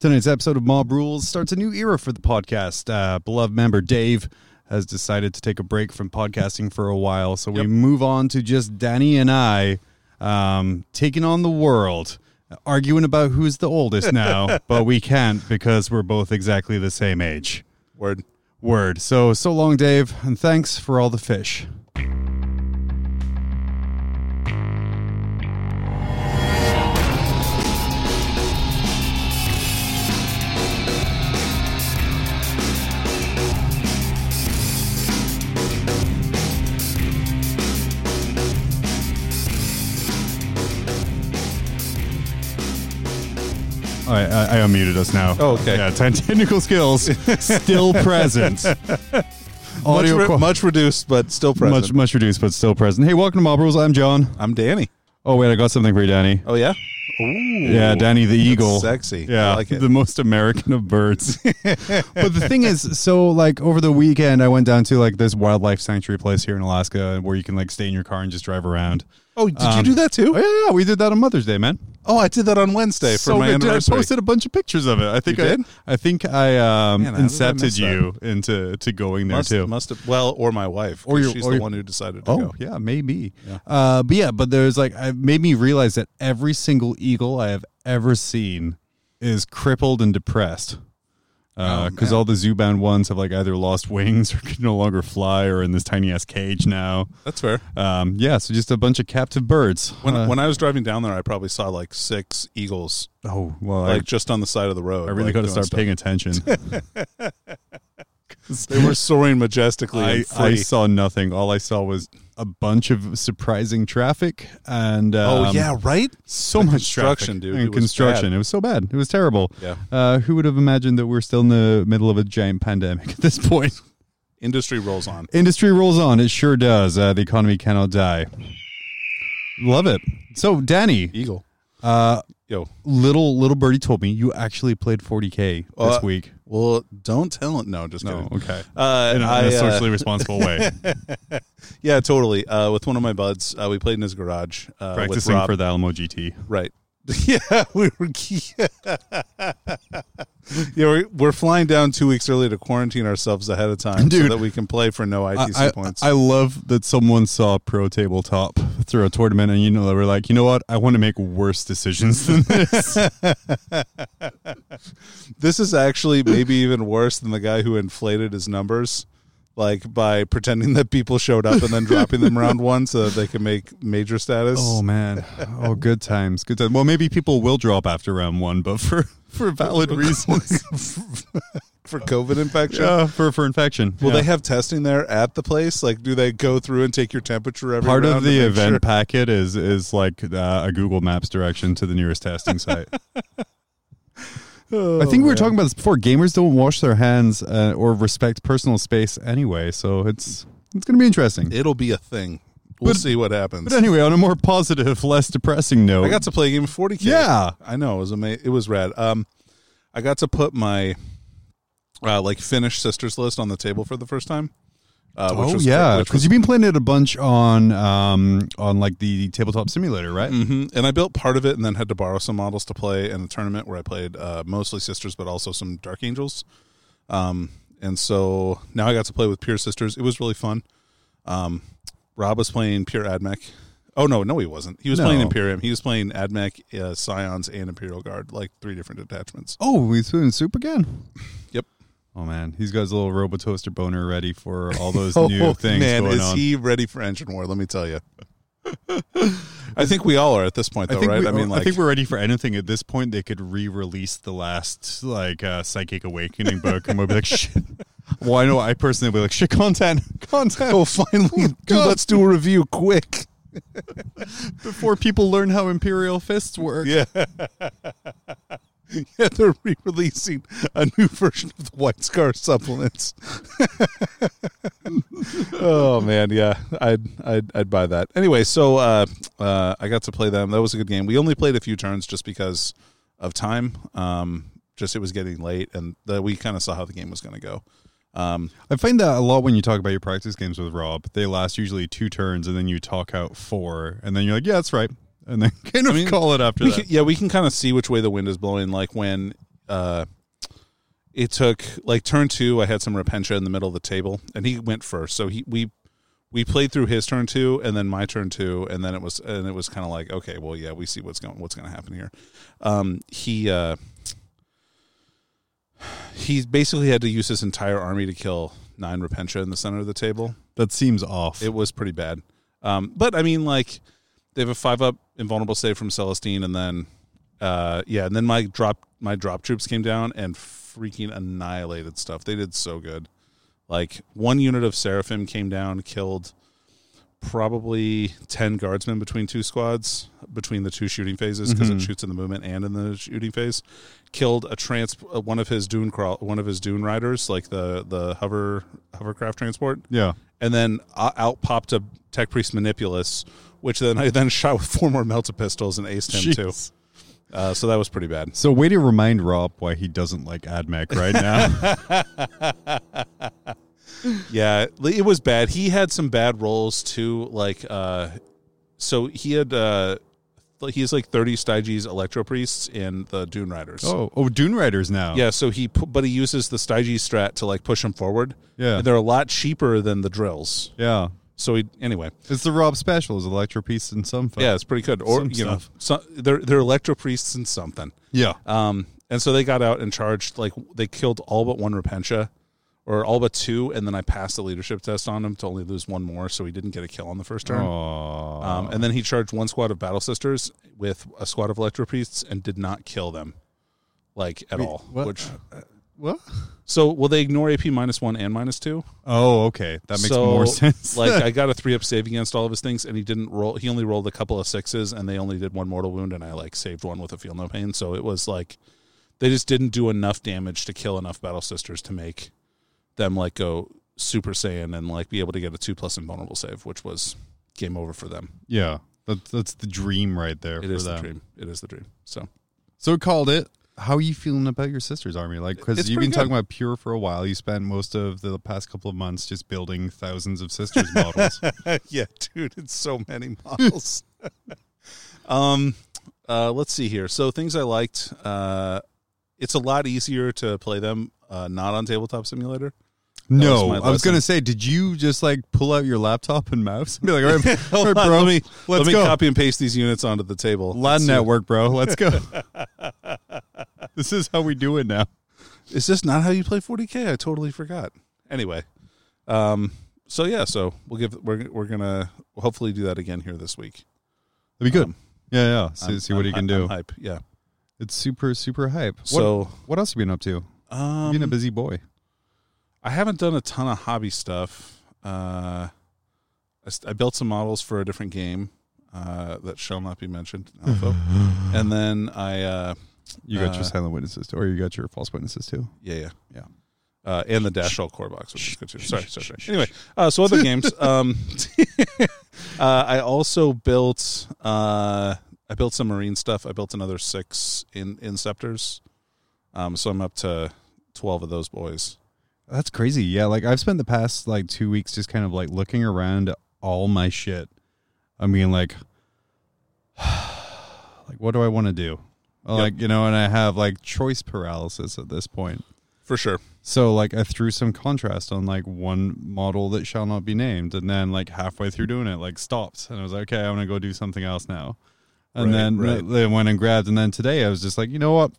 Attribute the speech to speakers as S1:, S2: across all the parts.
S1: Tonight's episode of Mob Rules starts a new era for the podcast. Uh, beloved member Dave has decided to take a break from podcasting for a while, so we
S2: Yep.
S1: move on to just Danny and I um, taking on the world, arguing about who's the oldest now, but we can't because we're both exactly the same age.
S2: Word.
S1: Word. So, so long, Dave, and thanks for all the fish. All right, I, I unmuted us now.
S2: Oh, okay.
S1: Yeah, ten technical skills still present.
S2: Much,
S1: Audio
S2: re-
S1: qual-
S2: much reduced, but still present.
S1: much much reduced, but still present. Hey, welcome to Mob Rules. I'm John.
S2: I'm Danny.
S1: Oh wait, I got something for you, Danny.
S2: Oh yeah,
S1: yeah, Danny the Eagle.
S2: sexy.
S1: Yeah,
S2: I like it.
S1: the most American of birds. but the thing is, so like over the weekend, I went down to like this wildlife sanctuary place here in Alaska where you can like stay in your car and just drive around.
S2: oh, did
S1: Um,
S2: you do that too?
S1: Oh yeah, yeah, we did that on Mother's Day, man.
S2: Oh, I did that on Wednesday for
S1: so
S2: my
S1: good, dude, I
S2: anniversary.
S1: posted a bunch of pictures of it. I think
S2: You
S1: I,
S2: did?
S1: I think I um,
S2: Man, how did I
S1: incepted
S2: miss that?
S1: you into to going there
S2: must,
S1: too.
S2: must have well, or my wife,
S1: Or
S2: or
S1: your-
S2: she's
S1: or
S2: the
S1: your-
S2: one who decided to
S1: Oh
S2: go.
S1: yeah, maybe. Uh, but yeah, but there's like it made me realize that every single eagle I have ever seen is crippled and depressed
S2: Oh,
S1: because
S2: man.
S1: all the zoo-bound ones have like either lost wings or can no longer fly or in this tiny ass cage now.
S2: That's fair.
S1: Um, yeah, so just a bunch of captive birds.
S2: When
S1: Uh,
S2: when I was driving down there, I probably saw like six eagles,
S1: oh well,
S2: like
S1: I,
S2: just on the side of the road.
S1: I really
S2: like,
S1: got to
S2: doing
S1: start
S2: stuff.
S1: paying attention.
S2: They were soaring majestically.
S1: I,
S2: and
S1: I
S2: free.
S1: saw nothing. All I saw was a bunch of surprising traffic and
S2: oh
S1: um,
S2: yeah, right.
S1: so
S2: The
S1: much
S2: construction,
S1: traffic
S2: dude.
S1: and
S2: It was
S1: construction.
S2: bad.
S1: It was so bad. It was terrible.
S2: Yeah.
S1: Uh, who would have imagined that we're still in the middle of a giant pandemic at this point?
S2: Industry rolls on.
S1: Industry rolls on. It sure does. Uh, the economy cannot die. Love it. So, Danny,
S2: Eagle.
S1: uh,
S2: Yo.
S1: little little birdie told me you actually played 40k
S2: Uh,
S1: this week.
S2: Well, don't tell it. No, just
S1: No,
S2: kidding.
S1: okay.
S2: Uh,
S1: In a,
S2: I,
S1: in a
S2: uh,
S1: socially responsible way,
S2: Yeah, totally. Uh, with one of my buds, uh, we played in his garage. Uh, with
S1: practicing
S2: Rob.
S1: for the Alamo GT.
S2: right. yeah, we were. yeah, we're, we're flying down two weeks early to quarantine ourselves ahead of time, so
S1: Dude.
S2: that we can play for no ITC
S1: I,
S2: points.
S1: I love that someone saw pro tabletop through a tournament, and you know they were like, you know what? I want to make worse decisions than this.
S2: this is actually maybe even worse than the guy who inflated his numbers, like by pretending that people showed up and then dropping them round one so that they can make major status.
S1: Oh man! Oh, good times, good times. Well, maybe people will drop after round one, but for for valid reasons.
S2: for COVID infection.
S1: yeah, for for infection.
S2: Will
S1: yeah.
S2: they have testing there at the place? Like, do they go through and take your temperature every
S1: part of
S2: round to
S1: the
S2: make
S1: event
S2: sure?
S1: packet is is like uh, a Google Maps direction to the nearest testing site.
S2: Oh,
S1: I think we were talking about this before. Gamers don't wash their hands uh, or respect personal space anyway, so it's it's going to be interesting.
S2: It'll be a thing. We'll
S1: But-
S2: see what happens.
S1: but anyway, on a more positive, less depressing note,
S2: I got to play a game of 40k.
S1: Yeah.
S2: I know it was amazing. It was rad. Um, I got to put my uh, like finished sisters list on the table for the first time. Uh,
S1: oh
S2: which was,
S1: yeah,
S2: which
S1: because
S2: was,
S1: you've been playing it a bunch on um on like the tabletop simulator, right?
S2: Mhm. and I built part of it and then had to borrow some models to play in a tournament where I played uh, mostly sisters, but also some dark angels. Um, and so now I got to play with pure sisters. It was really fun. Um, Rob was playing pure Admech. Oh no, no, he wasn't. He was
S1: No.
S2: playing Imperium. He was playing Admech, uh, Scions, and Imperial Guard, like three different detachments.
S1: Oh, we doing soup again.
S2: Yep.
S1: Oh man, he's got his little robotoaster boner ready for all those
S2: Oh,
S1: new things
S2: man,
S1: going
S2: is
S1: on.
S2: he ready for engine war? Let me tell you. I think we all are at this point,
S1: I
S2: though,
S1: think
S2: right?
S1: we,
S2: I mean, like,
S1: I think we're ready for anything at this point. They could re-release the last like uh, psychic awakening book, and we'll be like, shit. Well, I know I personally will be like, shit, content, content.
S2: oh, finally, dude,
S1: God.
S2: let's do a review quick.
S1: before people learn how imperial fists work.
S2: Yeah. yeah, they're re releasing a new version of the White Scar supplements. oh man, yeah. I'd I'd I'd buy that. Anyway, so uh uh I got to play them. That was a good game. We only played a few turns just because of time. Um just it was getting late and the, we kind of saw how the game was going to go. Um
S1: I find that a lot when you talk about your practice games with Rob. They last usually two turns, and then you talk out four, and then you're like, yeah, that's right, and then kind of call it after
S2: we
S1: that.
S2: can, yeah, we can kind of see which way the wind is blowing like when uh, it took like turn two. I had some Repentia in the middle of the table, and he went first. So he we we played through his turn two, and then my turn two, and then it was and it was kind of like okay, well, yeah, we see what's going what's going to happen here. Um, he uh, he basically had to use his entire army to kill nine Repentia in the center of the table.
S1: That seems off.
S2: It was pretty bad. Um, but I mean, like they have a five up invulnerable save from Celestine, and then uh, yeah, and then my drop my drop troops came down and freaking annihilated stuff. They did so good. Like one unit of Seraphim came down, killed probably ten guardsmen between two squads between the two shooting phases because it shoots in the movement and in the shooting phase. Killed a trans uh, one of his dune crawl one of his dune riders like the the hover hovercraft transport
S1: yeah.
S2: and then o- out popped a tech priest manipulus, which then I then shot with four more melta pistols and aced him
S1: Jeez.
S2: too. Uh, so that was pretty bad.
S1: So way to remind Rob why he doesn't like AdMech right now.
S2: Yeah, it was bad. He had some bad rolls too. Like, uh, so he had uh, he's like thirty Styges electro priests in the Dune Riders.
S1: oh, oh, Dune Riders now.
S2: Yeah, so he pu- but he uses the Styges strat to like push him forward.
S1: Yeah.
S2: and they're a lot cheaper than the drills.
S1: Yeah.
S2: So he anyway.
S1: It's the Rob special. It's Electro Piece and some fun.
S2: Yeah, it's pretty good. Or
S1: Some
S2: you
S1: stuff.
S2: know, so, they're they're electro priests and something.
S1: Yeah.
S2: Um, and so they got out and charged. Like they killed all but one Repentia, or all but two, and then I passed the leadership test on him to only lose one more, so he didn't get a kill on the first
S1: Oh.
S2: turn.
S1: Aw.
S2: Um, and then he charged one squad of Battle Sisters with a squad of Electro Priests and did not kill them, like at all.
S1: what?
S2: Which
S1: What?
S2: so will they ignore AP minus one and minus two?
S1: Oh, okay. That makes
S2: So,
S1: more sense.
S2: like I got a three up save against all of his things, and he didn't roll. He only rolled a couple of sixes, and they only did one mortal wound, and I like saved one with a feel no pain. So it was like they just didn't do enough damage to kill enough battle sisters to make them like go super saiyan and like be able to get a two plus invulnerable save, which was game over for them.
S1: yeah. That, that's the dream right there
S2: It
S1: for
S2: is
S1: them.
S2: the dream. It is the dream. So
S1: So it called it. How are you feeling about your sister's army? Like, because
S2: It's
S1: you've
S2: pretty
S1: been talking
S2: good.
S1: about Pure for a while. You spent most of the past couple of months just building thousands of sisters models.
S2: yeah, dude, it's so many models. um, uh, let's see here. So things I liked. Uh, it's a lot easier to play them uh, not on Tabletop Simulator.
S1: no,
S2: my
S1: I was
S2: lesson.
S1: going to say, did you just like pull out your laptop and mouse and be like, all right, all right
S2: Hold on,
S1: bro,
S2: let me
S1: let's
S2: let me
S1: go.
S2: copy and paste these units onto the table.
S1: LAN
S2: Let's see.
S1: network, bro. Let's go. this is how we do it now.
S2: Is this not how you play 40k? I totally forgot. Anyway, um, so yeah, so we'll give we're we're gonna hopefully do that again here this week.
S1: That'd be good.
S2: Um,
S1: yeah, yeah. See,
S2: I'm-
S1: see what
S2: I'm-
S1: you can
S2: I'm-
S1: do.
S2: I'm hype. Yeah.
S1: It's super, super hype. What,
S2: So
S1: what else have you been up to? You've
S2: um,
S1: been a busy boy.
S2: I haven't done a ton of hobby stuff. Uh, I, st- I built some models for a different game uh, that shall not be mentioned. in Alpha. and then I, uh,
S1: You got your
S2: uh,
S1: silent witnesses, or you got your false witnesses too.
S2: yeah, yeah,
S1: Yeah.
S2: Uh, and the Dash All Core Box, which is good too. Sorry, sorry, sorry. Anyway, uh, so other games. Um, uh, I also built. Uh, I built some marine stuff. I built another six in inceptors. Um, so I'm up to twelve of those boys.
S1: That's crazy. Yeah, like I've spent the past like two weeks just kind of like looking around at all my shit. I mean, like, like what do I want to do? Well,
S2: Yep.
S1: Like you know, and I have like choice paralysis at this point.
S2: For sure.
S1: So like I threw some contrast on like one model that shall not be named, and then like halfway through doing it, like stopped, and I was like, okay, I'm gonna go do something else now. And
S2: Right,
S1: then
S2: right.
S1: they went and grabbed, and then today I was just like, you know what?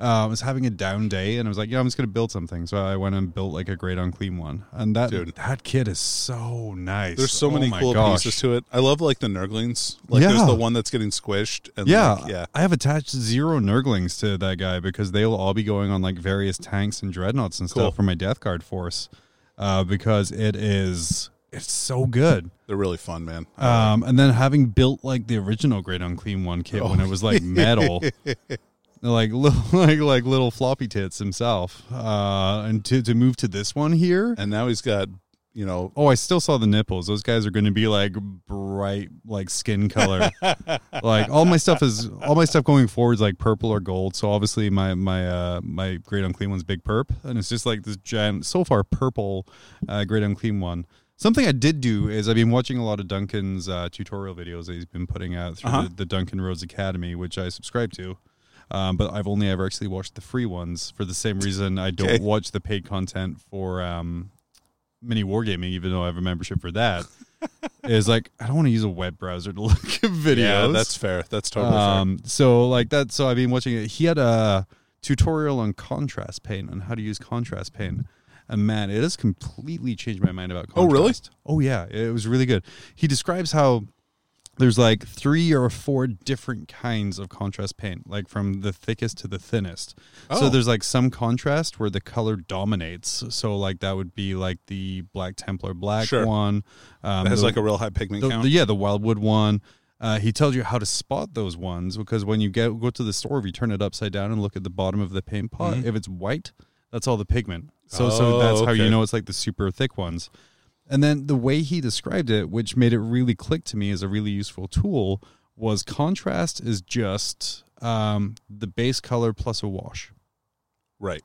S1: Uh, I was having a down day, and I was like, yeah, I'm just gonna build something. So I went and built like a great unclean one, and that
S2: Dude.
S1: that kid is so nice.
S2: There's so
S1: Oh
S2: many
S1: my
S2: cool
S1: gosh.
S2: pieces to it. I love like the Nurglings. Like
S1: Yeah.
S2: there's the one that's getting squished. And
S1: Yeah,
S2: like, yeah.
S1: I have attached zero Nurglings to that guy because they'll all be going on like various tanks and dreadnoughts and
S2: Cool.
S1: stuff for my Death Guard force uh, because it is it's so good.
S2: They're really fun, man.
S1: Um, and then having built like the original Great Unclean One kit when it was
S2: Oh.
S1: like metal, like little like like little floppy tits himself, uh, and to to move to this one here.
S2: and now he's got, you know,
S1: Oh, I still saw the nipples. Those guys are going to be like bright, like skin color. like all my stuff is all my stuff going forward is like purple or gold. So obviously my my uh, my great unclean one's big perp, and it's just like this giant, so far purple, uh, great unclean one. Something I did do is I've been watching a lot of Duncan's uh, tutorial videos that he's been putting out through
S2: Uh-huh.
S1: the, the Duncan Roads Academy, which I subscribe to. Um, but I've only ever actually watched the free ones for the same reason I don't
S2: Okay.
S1: watch the paid content for um, mini wargaming, even though I have a membership for that. is like I don't want to use a web browser to look at videos.
S2: Yeah, that's fair. That's totally
S1: um, so like that. So I've been watching it. He had a tutorial on contrast paint on how to use contrast paint. And man, it has completely changed my mind about
S2: Oh,
S1: contrast.
S2: really?
S1: Oh yeah, it was really good. He describes how there's like three or four different kinds of contrast paint, like from the thickest to the thinnest.
S2: Oh.
S1: So there's like some contrast where the color dominates. So like that would be like the black Templar black
S2: Sure.
S1: one. Um,
S2: fair. It has
S1: the-
S2: like a real high pigment
S1: the-
S2: count.
S1: the- yeah, the Wildwood one. Uh, he tells you how to spot those ones because when you get, go to the store, if you turn it upside down and look at the bottom of the paint pot, if it's white, that's all the pigment. So, so
S2: Mm-hmm. Oh,
S1: that's how
S2: okay.
S1: you know it's like the super thick ones. And then the way he described it, which made it really click to me as a really useful tool, was contrast is just um, the base color plus a wash.
S2: right.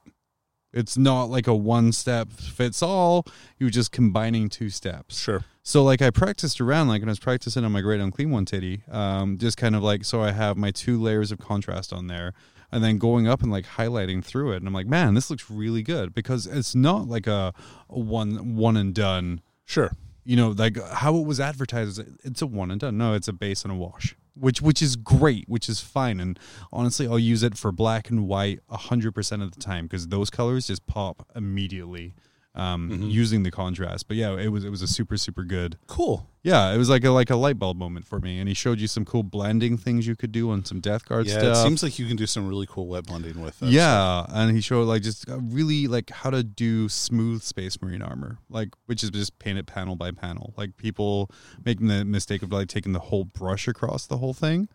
S1: It's not like a one step fits all. You're just combining two steps.
S2: Sure.
S1: So like I practiced around, like when I was practicing on my great unclean one titty, um, just kind of like so I have my two layers of contrast on there, and then going up and like highlighting through it, and I'm like, man, this looks really good because it's not like a, a one one and done.
S2: Sure.
S1: You know, like how it was advertised, it's a one and done. No, it's a base and a wash, which which is great, which is fine, and honestly, I'll use it for black and white hundred percent of the time because those colors just pop immediately. Um, using the contrast, but yeah, it was it was a super super good
S2: Cool.
S1: yeah, it was like a like a light bulb moment for me, and he showed you some cool blending things you could do on some Death Guard
S2: Yeah,
S1: stuff.
S2: it seems like you can do some really cool web blending with it.
S1: yeah, and he showed like just uh, really like how to do smooth Space Marine armor, like which is just painted panel by panel. Like people making the mistake of like taking the whole brush across the whole thing,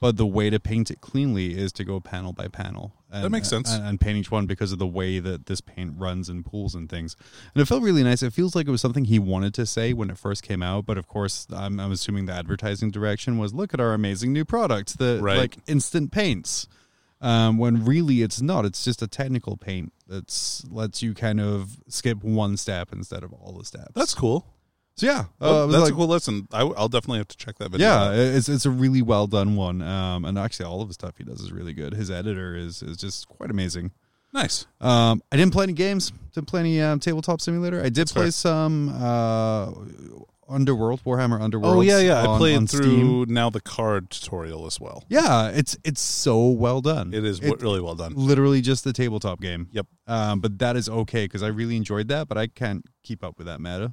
S1: but the way to paint it cleanly is to go panel by panel. And, uh,
S2: That makes sense.
S1: And, and paint each one because of the way that this paint runs and pools and things. And it felt really nice. It feels like it was something he wanted to say when it first came out, but of course, I'm, I'm assuming the advertising direction was, "Look at our amazing new product, the
S2: Right.
S1: like instant paints." Um, when really it's not. It's just a technical paint that's lets you kind of skip one step instead of all the steps.
S2: That's cool.
S1: so yeah.
S2: Well,
S1: uh, it was
S2: that's
S1: like-
S2: a cool lesson. I, will definitely have to check that video.
S1: yeah,
S2: out.
S1: it's it's a really well done one. Um, and actually, all of the stuff he does is really good. His editor is is just quite amazing.
S2: Nice.
S1: Um, I didn't play any games. Didn't play any um, tabletop simulator. I did play
S2: fair.
S1: some uh, Underworld, Warhammer Underworld.
S2: oh yeah, yeah. I played through
S1: Steam.
S2: now the card tutorial as well.
S1: Yeah, it's it's so well done.
S2: It is w really well done.
S1: literally just the tabletop game.
S2: Yep.
S1: Um, but that is okay because I really enjoyed that, but I can't keep up with that meta.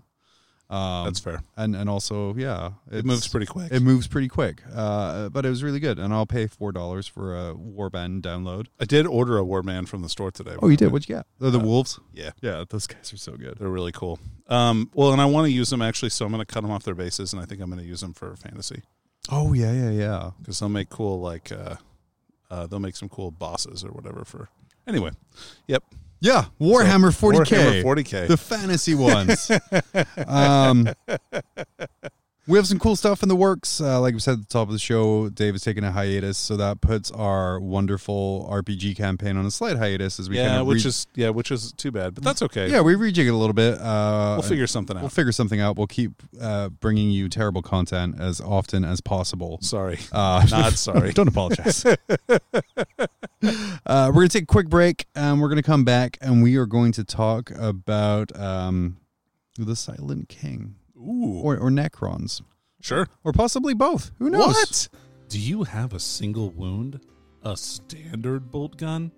S1: Um,
S2: That's fair.
S1: and and also yeah,
S2: It moves pretty quick.
S1: It moves pretty quick, uh, but it was really good, and I'll pay four dollars for a Warband download.
S2: I did order a Warman from the store today.
S1: Oh, you did? What'd you get? The, the wolves.
S2: Yeah,
S1: Yeah, those guys are so good.
S2: they're really cool. Um, well, and I want to use them actually, so I'm going to cut them off their bases, and I think I'm going to use them for fantasy
S1: Oh yeah, yeah, yeah.
S2: because they'll make cool like uh, uh, they'll make some cool bosses or whatever for. Anyway, yep.
S1: Yeah, Warhammer
S2: So,
S1: 40k.
S2: Warhammer 40k.
S1: The fantasy ones. um, we have some cool stuff in the works. Uh, like we said at the top of the show, Dave is taking a hiatus, so that puts our wonderful RPG campaign on a slight hiatus as we
S2: yeah,
S1: kind of
S2: which is yeah, which is too bad, but that's okay.
S1: yeah, we rejig it a little bit. Uh,
S2: we'll figure something out.
S1: We'll figure something out. We'll keep uh, bringing you terrible content as often as possible.
S2: sorry,
S1: Uh,
S2: not sorry.
S1: Don't apologize. uh, we're going to take a quick break and we're going to come back and we are going to talk about um, the Silent King
S2: Ooh,
S1: or, or Necrons
S2: sure.
S1: or possibly both. Who knows?
S3: Do you have a single wound? A standard bolt gun?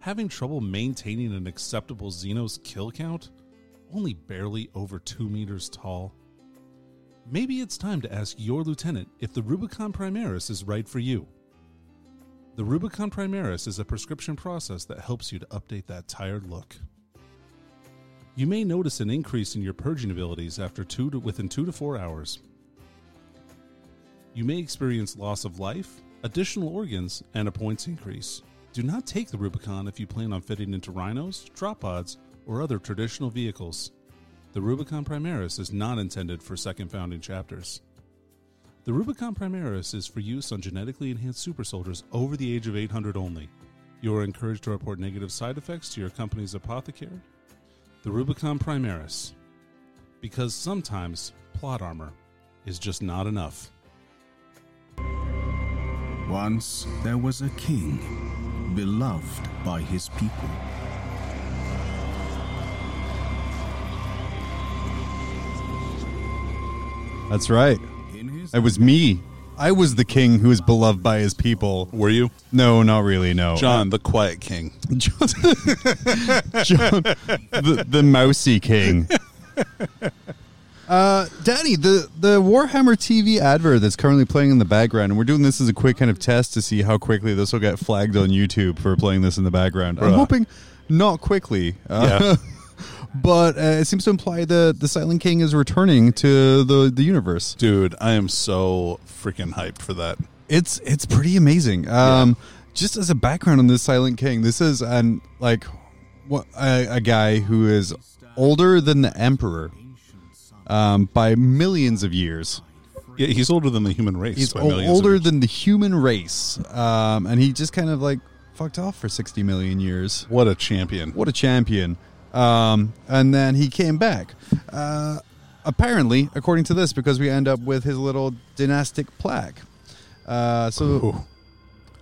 S3: Having trouble maintaining an acceptable Xenos kill count? Only barely over 2 meters tall? Maybe it's time to ask your lieutenant if the Rubicon Primaris is right for you. The Rubicon Primaris is a prescription process that helps you to update that tired look. You may notice an increase in your purging abilities after two to, within 2 to 4 hours. You may experience loss of life, additional organs, and a points increase. Do not take the Rubicon if you plan on fitting into rhinos, drop pods, or other traditional vehicles. The Rubicon Primaris is not intended for second founding chapters. The Rubicon Primaris is for use on genetically enhanced super soldiers over the age of 800 only. You are encouraged to report negative side effects to your company's apothecary. The Rubicon Primaris. Because sometimes plot armor is just not enough.
S4: Once there was a king beloved by his people.
S1: That's right.
S4: In his
S1: It was me. I was the king who was beloved by his people.
S2: Were you?
S1: No, not really. No,
S2: John, the Quiet King.
S1: John, John the, the mousy king. Uh, Danny, the, the Warhammer TV advert that's currently playing in the background, and we're doing this as a quick kind of test to see how quickly this will get flagged on YouTube for playing this in the background. I'm
S2: Bruh.
S1: hoping not quickly, uh, but uh, it seems to imply that the Silent King is returning to the, the universe.
S2: Dude, I am so freaking hyped for that.
S1: It's it's pretty amazing. Um, just as a background on this Silent King, this is an like what a, a guy who is older than the Emperor um, by millions of years.
S2: Yeah, he's older than the human race.
S1: He's
S2: by
S1: o-
S2: millions of
S1: older
S2: years.
S1: than the human race, um, and he just kind of like fucked off for sixty million years.
S2: What a champion.
S1: What a champion! Um, and then he came back. Uh, apparently, according to this, because we end up with his little dynastic plaque. Uh, so.
S2: Ooh.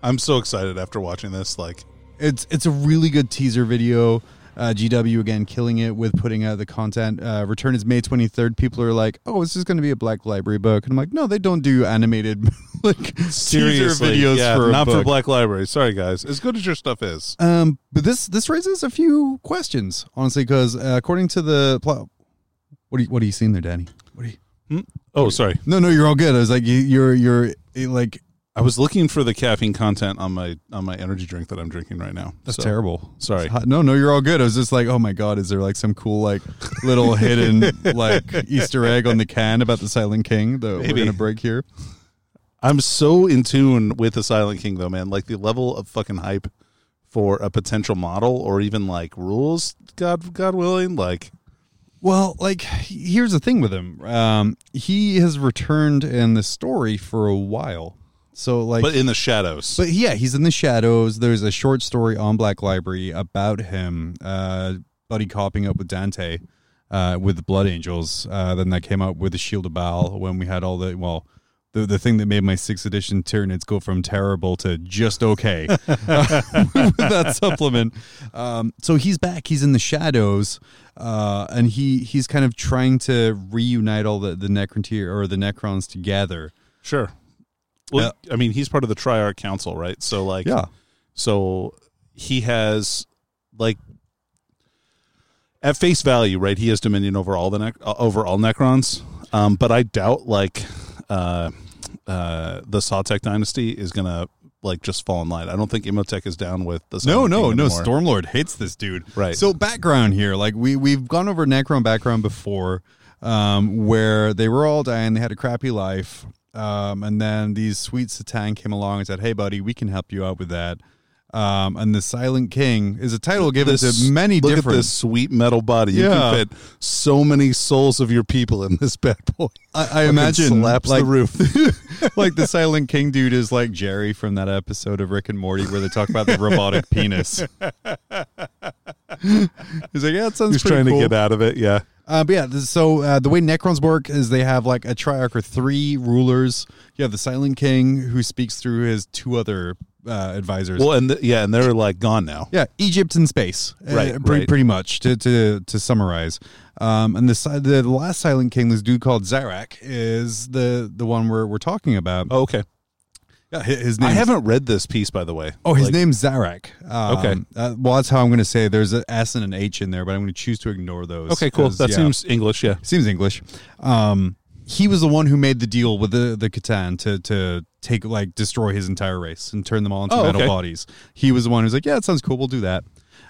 S2: I'm so excited after watching this. Like,
S1: it's it's a really good teaser video. Uh, GW again killing it with putting out the content. Uh, Return is May twenty third. People are like, "Oh, it's just going to be a Black Library book," and I'm like, "No, they don't do animated like teaser
S2: seriously,
S1: videos
S2: yeah,
S1: for a
S2: not for
S1: book."
S2: Black Library. Sorry, guys. As good as your stuff is,
S1: um, but this this raises a few questions, honestly, because uh, according to the plot, what are you, what are you seeing there, Danny? What are you?
S2: oh, sorry.
S1: No, no, you're all good. I was like, you, you're you're eh, like
S2: I was looking for the caffeine content on my on my energy drink that I'm drinking right now.
S1: That's
S2: So,
S1: terrible.
S2: Sorry.
S1: It's hot- No, no, you're all good. I was just like, oh my god, is there like some cool like little hidden like Easter egg on the can about the Silent King that we're
S2: Maybe.
S1: gonna break here?
S2: I'm so in tune with the Silent King though, man. Like the level of fucking hype for a potential model or even like rules, God God willing, like
S1: Well, like he- here's the thing with him. Um, he has returned in the story for a while. So like
S2: but in the shadows.
S1: But yeah, he's in the shadows. There's a short story on Black Library about him, uh, buddy copying up with Dante uh, with the Blood Angels. Uh, then that came out with the Shield of Baal when we had all the well. The, the thing that made my sixth edition Tyranids go from terrible to just okay with that supplement. Um, so he's back. He's in the shadows, uh, and he he's kind of trying to reunite all the the Necrontyr or the Necrons together.
S2: sure. Well, I mean, he's part of the Triarch Council, right? So like So he has like at face value, right? He has dominion over all the nec- uh, over all Necrons. Um, but I doubt like uh, uh, the Sawtech dynasty is gonna like just fall in line. I don't think Imotech is down with the
S1: No,
S2: Silent
S1: no,
S2: King
S1: no.
S2: anymore.
S1: Stormlord hates this dude.
S2: Right.
S1: So background here, like we we've gone over Necron background before, um, where they were all dying, they had a crappy life, um, and then these sweet Satan came along and said, "Hey, buddy, we can help you out with that." Um, and the Silent King is a title given
S2: This-
S1: to many
S2: look
S1: different.
S2: at this sweet metal body. You
S1: Yeah.
S2: can fit so many souls of your people in this bad boy.
S1: I, I imagine
S2: slaps
S1: like,
S2: the roof.
S1: like the Silent King dude is like Jerry from that episode of Rick and Morty where they talk about the robotic penis. He's like, yeah, it sounds
S2: He's
S1: pretty
S2: trying
S1: cool.
S2: to get out of it. Yeah,
S1: Uh, but yeah, this, so uh, the way Necrons work is they have like a triarch or three rulers. You have the Silent King who speaks through his two other uh, advisors.
S2: well, and th- yeah, and they're like gone now.
S1: yeah, Egypt and space, Uh,
S2: Right,
S1: pre-
S2: right.
S1: Pretty much to to, to summarize. Um, and the si- the last Silent King, this dude called Zarak, is the the one we're we're talking about.
S2: Oh, okay,
S1: yeah, hi- his
S2: I
S1: name.
S2: haven't read this piece by the way.
S1: Oh, his
S2: Like,
S1: name's Zarak. Um,
S2: Okay.
S1: uh, well, that's how I'm going to say. It. There's an S and an H in there, but I'm going to choose to ignore those.
S2: Okay, cool.
S1: 'cause,
S2: That
S1: yeah.
S2: seems English. Yeah.
S1: seems English. Um, he was the one who made the deal with the the Catan to to take like destroy his entire race and turn them all into
S2: Oh,
S1: metal
S2: okay.
S1: bodies. He was the one who's like, yeah, it sounds cool. We'll do that.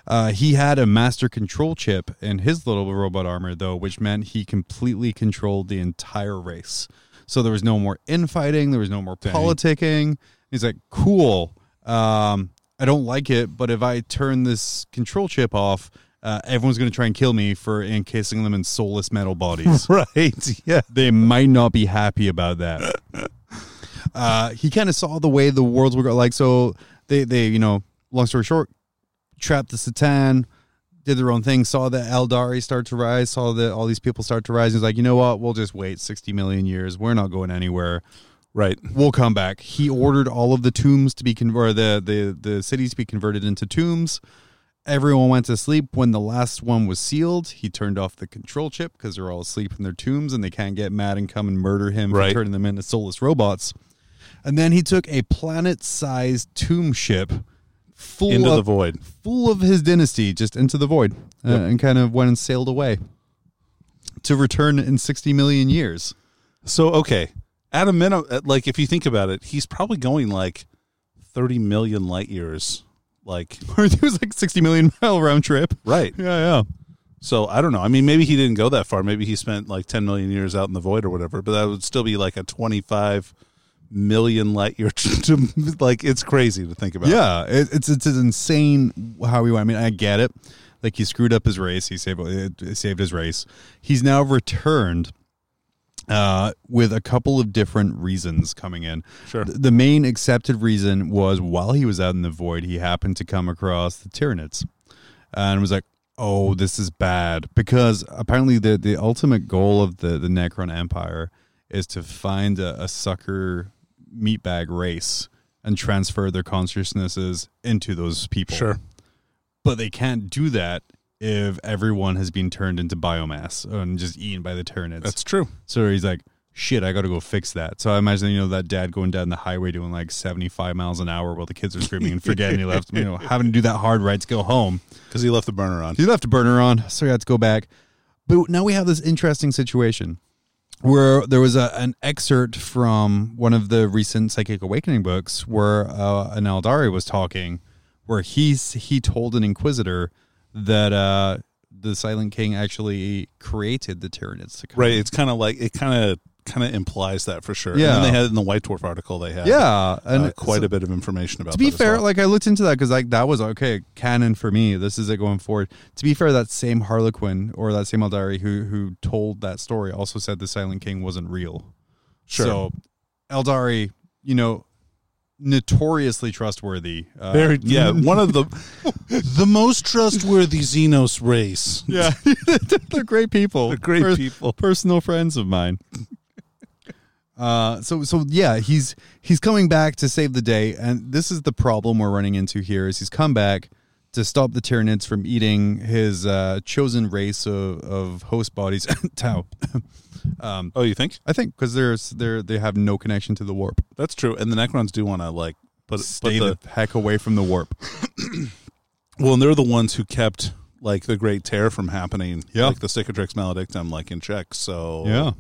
S1: Uh, he had a master control chip in his little robot armor though, which meant he completely controlled the entire race. So there was no more infighting. There was no more politicking. He's like, cool. Um, I don't like it, but if I turn this control chip off, uh, everyone's going to try and kill me for encasing them in soulless metal bodies.
S2: Right. Yeah.
S1: they might not be happy about that. Uh, he kind of saw the way the worlds were go- like. So they, they, you know, long story short, trapped the Satan, did their own thing. Saw the Eldari start to rise. Saw that all these people start to rise. He's like, you know what? We'll just wait sixty million years. We're not going anywhere.
S2: Right.
S1: We'll come back. He ordered all of the tombs to be converted, the, the, the cities to be converted into tombs. Everyone went to sleep when the last one was sealed. He turned off the control chip because they're all asleep in their tombs and they can't get mad and come and murder him
S2: Right.
S1: for turning them into soulless robots. And then he took a planet sized tomb ship full
S2: Into
S1: of
S2: the void.
S1: full of his dynasty just into the void uh, and kind of went and sailed away to return in 60 million years.
S2: So okay, at a minimum, like if you think about it, he's probably going like thirty million light years. Like
S1: it was like 60 million mile round trip.
S2: right.
S1: Yeah, yeah.
S2: So I don't know. I mean, maybe he didn't go that far. Maybe he spent like ten million years out in the void or whatever. But that would still be like a twenty-five million light year. to- like it's crazy to think about.
S1: Yeah, it, it's it's insane how he went. I mean, I get it. Like he screwed up his race. He saved he saved his race. He's now returned uh, with a couple of different reasons coming in.
S2: Sure.
S1: Th- The main accepted reason was while he was out in the void, he happened to come across the Tyranids, and was like, "Oh, this is bad," because apparently the the ultimate goal of the the Necron Empire is to find a, a sucker meatbag race and transfer their consciousnesses into those people.
S2: Sure.
S1: But they can't do that if everyone has been turned into biomass and just eaten by the Tyranids.
S2: That's true.
S1: So he's like, shit, I got to go fix that. So I imagine, you know, that dad going down the highway doing like 75 miles an hour while the kids are screaming and forgetting he left, you know, having to do that hard ride to go home.
S2: Because he left the burner on.
S1: He left a burner on, so he had to go back. But now we have this interesting situation where there was a, an excerpt from one of the recent Psychic Awakening books where uh, an Aldari was talking, where he's, he told an Inquisitor that uh, the Silent King actually created the Tyranids to come.
S2: Right. It's kind of like it kind of kind of implies that for sure.
S1: Yeah.
S2: And then they had it in the White Dwarf article. They had
S1: Yeah, and
S2: uh, quite
S1: so-
S2: a bit of information about.
S1: to be
S2: that as
S1: fair,
S2: well.
S1: like I looked into that because like that was okay canon for me. This is it going forward. To be fair, that same Harlequin or that same Eldari who who told that story also said the Silent King wasn't real.
S2: Sure.
S1: So Eldari, you know, notoriously trustworthy. Uh,
S2: Very, yeah, one of the the most trustworthy Xenos race.
S1: yeah, they're great people.
S2: They're great
S1: Pers-
S2: people.
S1: Personal friends of mine. Uh, so so yeah, he's he's coming back to save the day, and this is the problem we're running into here: is he's come back to stop the Tyranids from eating his uh, chosen race of, of host bodies, Tau.
S2: Oh, you think
S1: I think because they're s- they're they have no connection to the warp.
S2: that's true? And the Necrons do want to like put, put
S1: Stay
S2: the Oh.
S1: the heck away from the warp.
S2: well, and they're the ones who kept like the Great Tear from happening.
S1: Yeah.
S2: like the Cicatrix Maledictum, like in check. So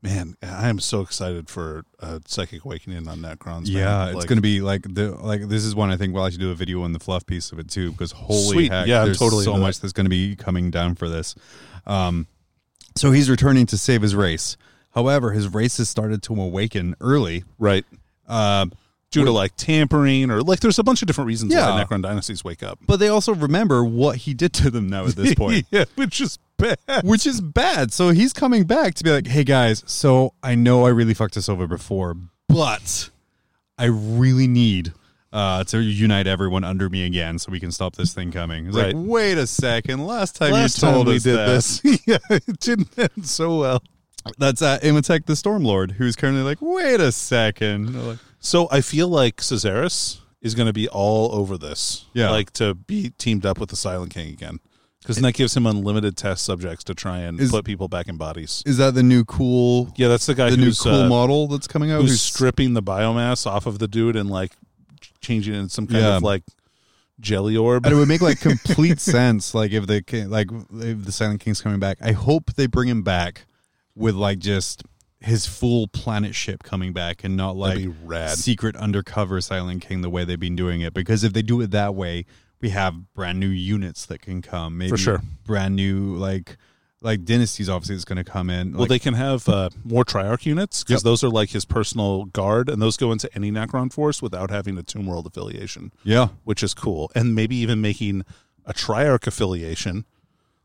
S2: man, I am so excited for uh, Psychic Awakening on Necrons.
S1: Yeah,
S2: man.
S1: it's
S2: Like,
S1: going to be like the like this is one I think we'll actually do a video on the fluff piece of it too because holy
S2: Sweet.
S1: heck,
S2: Yeah, I'm
S1: there's
S2: totally
S1: so
S2: into
S1: much that's going to be coming down for this. Um, so he's returning to save his race. However, his race has started to awaken early.
S2: right
S1: Uh,
S2: due to like tampering or like there's a bunch of different reasons why
S1: Yeah.
S2: Necron dynasties wake up.
S1: but they also remember what he did to them now at this point.
S2: yeah, which is bad.
S1: which is bad. So he's coming back to be like, "Hey guys, so I know I really fucked us over before, but I really need uh, to unite everyone under me again so we can stop this thing coming." It's
S2: Right.
S1: like, "Wait a second, last time
S2: Last
S1: you told
S2: time we
S1: us
S2: did
S1: that.
S2: this, yeah, it didn't end so well.
S1: That's uh, Imatek the Stormlord, who's currently like, "Wait a second. They're like,
S2: So I feel like Cesaris is going to be all over this.
S1: Yeah.
S2: Like to be teamed up with the Silent King again. Because that gives him unlimited test subjects to try and
S1: Is-
S2: put people back in bodies.
S1: Is that the new cool,
S2: Yeah, that's the guy
S1: the new
S2: who's,
S1: cool
S2: uh,
S1: model that's coming out?
S2: who's stripping the biomass off of the dude and like ch- changing it in some kind
S1: Yeah.
S2: of like jelly orb.
S1: and it would make like complete sense like if the ki- like if the silent king's coming back i hope they bring him back with like just his full planet ship coming back and not like
S2: That'd be rad.
S1: secret undercover silent king the way they've been doing it because if they do it that way we have brand new units that can come maybe
S2: sure.
S1: brand new like like dynasties obviously that's going to come in
S2: Well,
S1: like,
S2: they can have uh, more Triarch units because
S1: Yep.
S2: those are like his personal guard, and those go into any Necron force without having a Tomb World affiliation.
S1: yeah
S2: which is cool, and maybe even making a Triarch affiliation,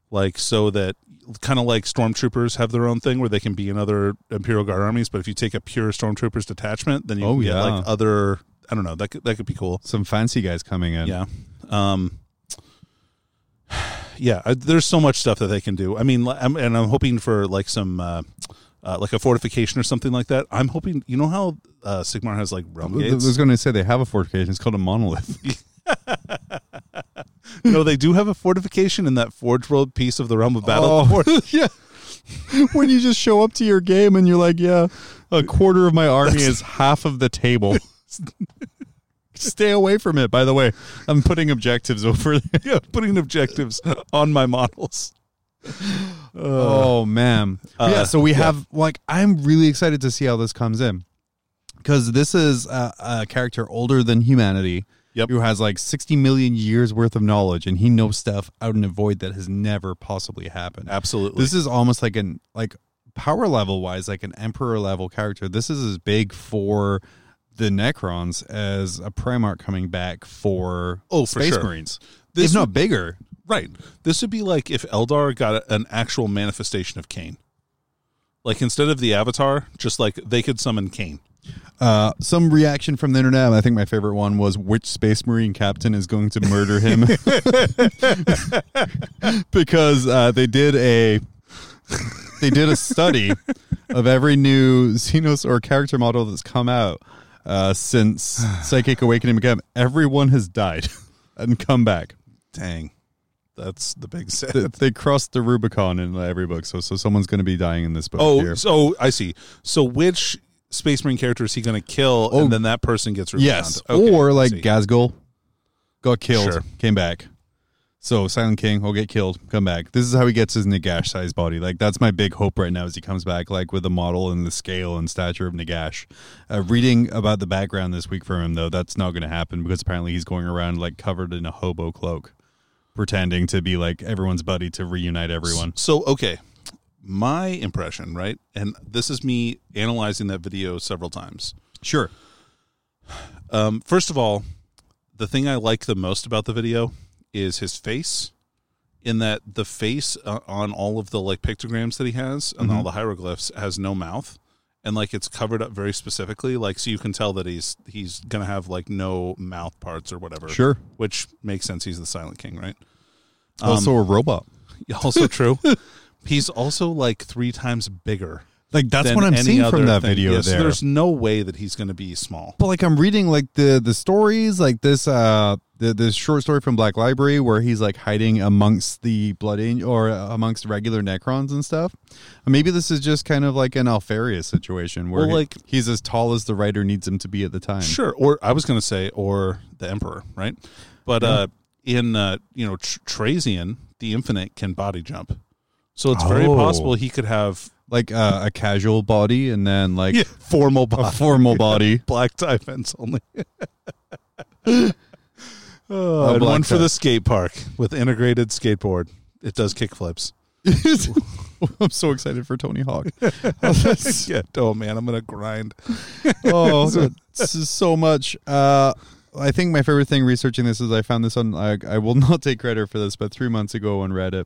S2: like so that kind of like stormtroopers have their own thing where they can be in other Imperial Guard armies. But if you take a pure stormtroopers detachment, then you
S1: Oh,
S2: can get
S1: yeah.
S2: like other. I don't know. That could, that could be cool.
S1: some fancy guys coming in
S2: Yeah. Um. Yeah, I, there's so much stuff that they can do. I mean, li- I'm, and I'm hoping for like some uh, uh, like a fortification or something like that. I'm hoping you know how uh, Sigmar has like realm
S1: I was
S2: gates.
S1: going to say they have a fortification. It's called a monolith.
S2: no, they do have a fortification in that Forge World piece of the realm of battle.
S1: yeah. when you just show up to your game and you're like, yeah, a quarter of my army is half of the table. Stay away from it. By the way, I'm putting objectives over there.
S2: Yeah, putting objectives on my models.
S1: oh man,
S2: uh,
S1: yeah. So we have like I'm really excited to see how this comes in because this is a, a character older than humanity.
S2: Yep.
S1: Who has like 60 million years worth of knowledge and he knows stuff out in the void that has never possibly happened.
S2: Absolutely.
S1: This is almost like an like power level wise, like an emperor level character. This is as big for the Necrons as a Primarch coming back for
S2: Oh, for
S1: Space
S2: sure.
S1: Marines.
S2: This
S1: if not bigger,
S2: Right. This would be like if Eldar got a- an actual manifestation of Kane. Like instead of the Avatar, just like they could summon Kane.
S1: Uh, some reaction from the internet. I think my favorite one was which Space Marine captain is going to murder him because uh, they did a they did a study of every new Xenos or character model that's come out uh, since Psychic Awakening began. Everyone has died and come back.
S2: Dang. That's the big set.
S1: They, they crossed the Rubicon in every book, so so someone's going to be dying in this book.
S2: oh,
S1: here.
S2: so I see. So which Space Marine character is he going to kill
S1: Oh.
S2: and then that person gets rebound?
S1: Yes,
S2: Okay,
S1: or
S2: I
S1: like
S2: see.
S1: Gazgul got killed,
S2: Sure.
S1: came back. So Silent King will get killed, come back. This is how he gets his Nagash sized body. Like that's my big hope right now is he comes back like with the model and the scale and stature of Nagash. Uh, reading about the background this week from him though, that's not going to happen because apparently he's going around like covered in a hobo cloak, pretending to be like everyone's buddy to reunite everyone.
S2: So okay, my impression, right? And this is me analyzing that video several times.
S1: Sure.
S2: Um, first of all, the thing I like the most about the video is his face. In that the face uh, on all of the like pictograms that he has and
S1: Mm-hmm.
S2: all the hieroglyphs has no mouth, and like it's covered up very specifically, like so you can tell that he's he's gonna have like no mouth parts or whatever.
S1: Sure.
S2: which makes sense. He's the Silent King, right?
S1: also a robot.
S2: Also true. he's also like three times bigger.
S1: Like that's
S2: than
S1: what I'm
S2: any
S1: seeing from
S2: other
S1: that
S2: thing.
S1: video
S2: Yeah, so
S1: there.
S2: there's no way that he's going to be small.
S1: but like I'm reading like the the stories, like this uh the this short story from Black Library where he's like hiding amongst the blood angel or amongst regular Necrons and stuff. Maybe this is just kind of like an Alfaria situation where
S2: Well,
S1: he-
S2: like-
S1: he's as tall as the writer needs him to be at the time.
S2: Sure, or I was going to say, or the Emperor, right? But uh, in uh, you know Tr- Trazian, the Infinite can body jump, so it's very
S1: Oh.
S2: possible he could have
S1: Like uh, a casual body and then like
S2: Yeah, formal body,
S1: a formal body.
S2: black tie fence only.
S1: A
S2: oh, and
S1: black
S2: one for
S1: tie.
S2: the skate park with integrated skateboard. It does kick flips.
S1: I'm so excited for Tony Hawk.
S2: yeah. Oh man, I'm gonna grind.
S1: oh, this is so much. Uh, I think my favorite thing researching this is I found this on. I, I will not take credit for this, but three months ago on Reddit,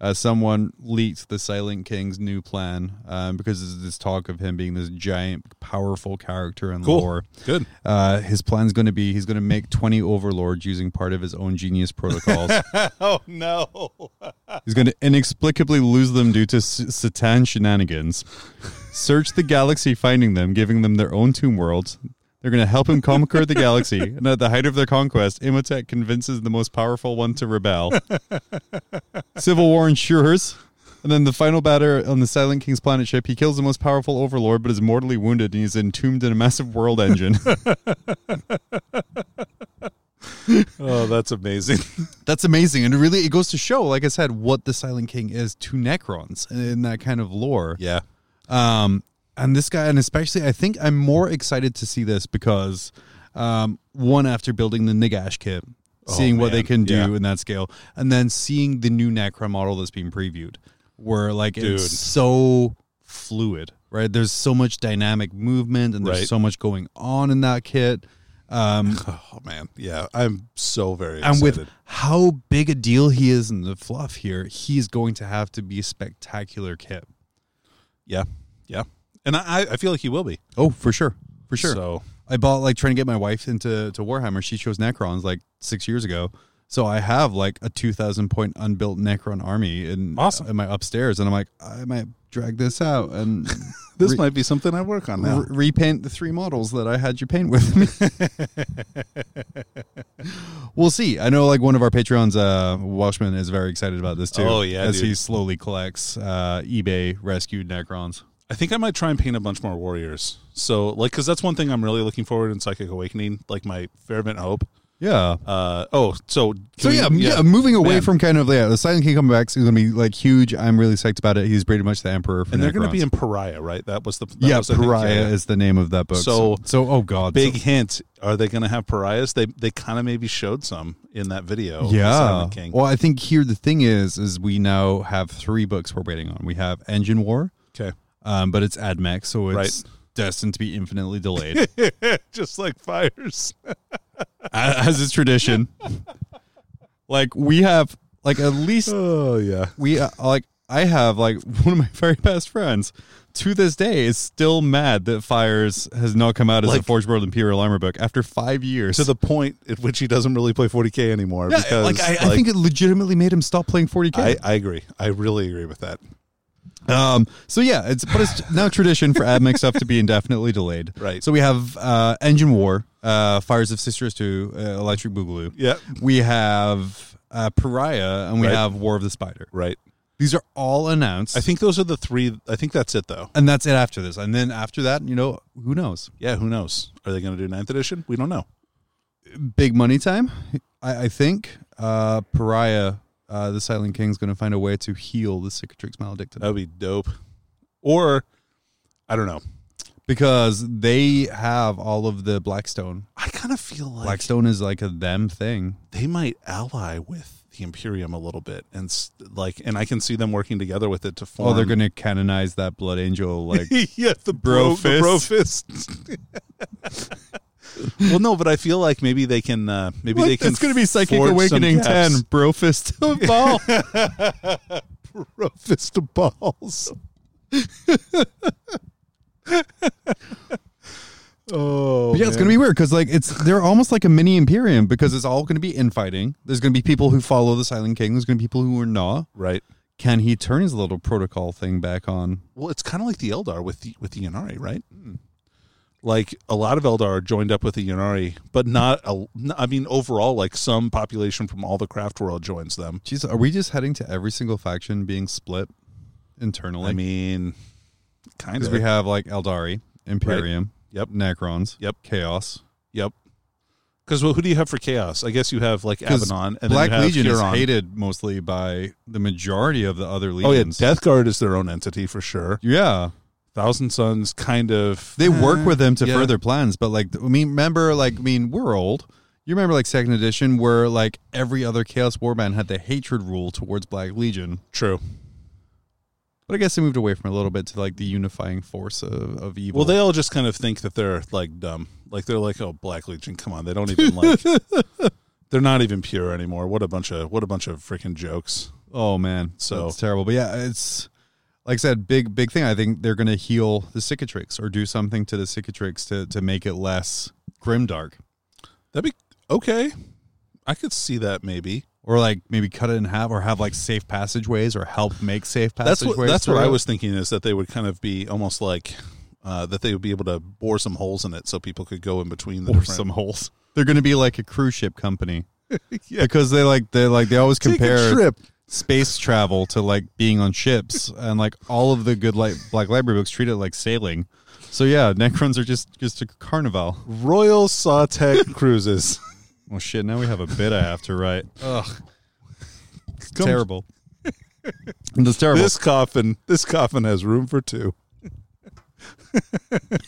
S1: uh, someone leaked the Silent King's new plan um, because there's this talk of him being this giant, powerful character in
S2: Cool.
S1: lore.
S2: Good.
S1: Uh, his plan's going to be he's going to make 20 overlords using part of his own genius protocols.
S2: Oh no.
S1: He's going to inexplicably lose them due to s- Satan shenanigans. Search the galaxy, finding them, giving them their own tomb worlds. They're going to help him conquer the galaxy. And at the height of their conquest, Imhotep convinces the most powerful one to rebel. Civil war ensures. And then the final batter on the Silent King's planet ship, he kills the most powerful overlord, but is mortally wounded and he's entombed in a massive world engine.
S2: Oh, that's amazing.
S1: That's amazing. And it really, it goes to show, like I said, what the Silent King is to Necrons in that kind of lore.
S2: Yeah.
S1: Um, and this guy, and especially, I think I'm more excited to see this because, um, one after building the Nagash kit, seeing what they
S2: man.
S1: can do
S2: Yeah.
S1: in that scale, and then seeing the new Necron model that's being previewed, where like
S2: Dude.
S1: it's so fluid, right? There's so much dynamic movement, and there's
S2: Right.
S1: so much going on in that kit. Um,
S2: Oh man. Yeah. I'm so very excited.
S1: and with how big a deal he is in the fluff here, he's going to have to be a spectacular kit.
S2: Yeah. Yeah. And I, I feel like he will be.
S1: Oh, for sure, for sure.
S2: So
S1: I bought like trying to get my wife into to Warhammer. She chose Necrons like six years ago, so I have like a two thousand point unbuilt Necron army in
S2: Awesome.
S1: in my upstairs, and I'm like I might drag this out and
S2: This
S1: Re-
S2: might be something I work on now.
S1: re- repaint the three models that I had you paint with me. we'll see. I know like one of our patrons, uh, Washman, is very excited about this too.
S2: Oh, yeah,
S1: as
S2: dude.
S1: he slowly collects uh, eBay rescued Necrons.
S2: I think I might try and paint a bunch more warriors. So, like, because that's one thing I'm really looking forward in Psychic Awakening, like my fervent hope.
S1: Yeah.
S2: Uh, oh, so
S1: So
S2: can
S1: yeah,
S2: we-
S1: yeah, moving away
S2: Man.
S1: from kind of yeah, the Silent King comebacks is gonna be like huge. I'm really psyched about it. He's pretty much the emperor. For
S2: and they're going to
S1: Necrons.
S2: be in Pariah, right? That was the that
S1: yeah,
S2: was, I think,
S1: Pariah
S2: yeah, yeah.
S1: is the name of that book.
S2: So,
S1: so oh god,
S2: Big
S1: so-
S2: hint: Are they going to have Pariahs? They they kind of maybe showed some in that video. of
S1: yeah.
S2: Silent King.
S1: Well, I think here the thing is, is we now have three books we're waiting on. We have Engine War,
S2: Okay,
S1: um, but it's AdMech, so it's
S2: Right.
S1: destined to be infinitely delayed,
S2: just like fires.
S1: as as is tradition. like we have like at least
S2: Oh yeah.
S1: we uh, like I have like one of my very best friends to this day is still mad that Fires has not come out as a
S2: Like-
S1: Forge World Imperial Armor book after five years.
S2: To the point at which he doesn't really play 40k anymore.
S1: yeah,
S2: because,
S1: like, I, I think it legitimately made him stop playing 40k.
S2: I, I agree. I really agree with that.
S1: Um, so yeah, it's but it's now tradition for AdMech stuff to be indefinitely delayed.
S2: Right.
S1: So we have uh, Engine War, uh, Fires of Sisters Two, uh, Electric Boogaloo.
S2: Yeah.
S1: We have uh, Pariah, and we
S2: Right.
S1: have War of the Spider.
S2: Right.
S1: These are all announced,
S2: I think those are the three. I think that's it though.
S1: and that's it after this. And then after that, you know, who knows?
S2: Yeah. Who knows? Are they going to do ninth edition? We don't know.
S1: Big money time, I, I think. Uh, Pariah, uh, the Silent King's going to find a way to heal the Cicatrix Maledicta
S2: That would be dope. Or I don't know.
S1: because they have all of the Blackstone.
S2: I kind of feel like
S1: Blackstone is like a them thing.
S2: they might ally with the Imperium a little bit, and s- like, and I can see them working together with it to form.
S1: Oh, they're going to canonize that blood angel. Like,
S2: yeah, the bro, the bro fist. well, no, but I feel like maybe they can. Uh, maybe they can.
S1: it's going to be Psychic
S2: forge some
S1: Awakening
S2: gaps.
S1: 10, bro fist to ball.
S2: Bro fist of balls. oh,
S1: But yeah, it's going to be weird because, like, it's they're almost like a mini Imperium because it's all going to be infighting. There's going to be people who follow the Silent King, there's going to be people who are not.
S2: right.
S1: Can he turn his little protocol thing back on?
S2: Well, it's kind of like the Eldar with the with the Yanari, right? Hmm. Like a lot of Eldar are joined up with the Yanari, but not. A, n- I mean, overall, like some population from all the craft world joins them.
S1: Jeez, are we just heading to every single faction being split internally?
S2: I mean, kind
S1: because
S2: of.
S1: we have like Eldari, Imperium,
S2: Yep.
S1: Necrons,
S2: Yep.
S1: Chaos.
S2: yep. Because well, who do you have for chaos? I guess you have like
S1: 'Cause
S2: Abaddon and
S1: Black
S2: then you have
S1: Legion is
S2: Huron.
S1: hated mostly by the majority of the other
S2: Oh yeah,
S1: legions.
S2: Death Guard is their own entity for sure.
S1: Yeah,
S2: Thousand Sons, kind of. Hmm.
S1: they work with them to
S2: yeah.
S1: further plans, but like, I mean, remember, like, I mean, we're old. You remember, like, second edition, where like every other Chaos Warband had the hatred rule towards Black Legion,
S2: True.
S1: but I guess they moved away from it a little bit to like the unifying force of, of evil.
S2: Well, they all just kind of think that they're like dumb. Like they're like, oh, Black Legion, come on. They don't even like. they're not even pure anymore. What a bunch of what a bunch of freaking jokes.
S1: oh man,
S2: So-
S1: it's terrible. But yeah, it's like I said, big big thing. I think they're going to heal the Cicatrix or do something to the Cicatrix to to make it less grimdark.
S2: That'd be okay. I could see that maybe.
S1: Or like maybe cut it in half, or have like safe passageways, or help make safe
S2: That's
S1: passageways.
S2: what that's what
S1: through
S2: I
S1: it.
S2: was thinking is that they would kind of be almost like uh, that they would be able to bore some holes in it so people could go in between the
S1: or
S2: different-
S1: some holes. They're going to be like a cruise ship company because they like they like they always
S2: Take a
S1: compare
S2: trip.
S1: space travel to like being on ships and like all of the good like black library books treat it like sailing. So yeah, Necrons are just just a carnival.
S2: Royal Sawtech cruises.
S1: Well, shit. Now we have a bit I have to write. Ugh, it's
S2: Come-
S1: terrible. That's terrible.
S2: This coffin, this coffin has room for two.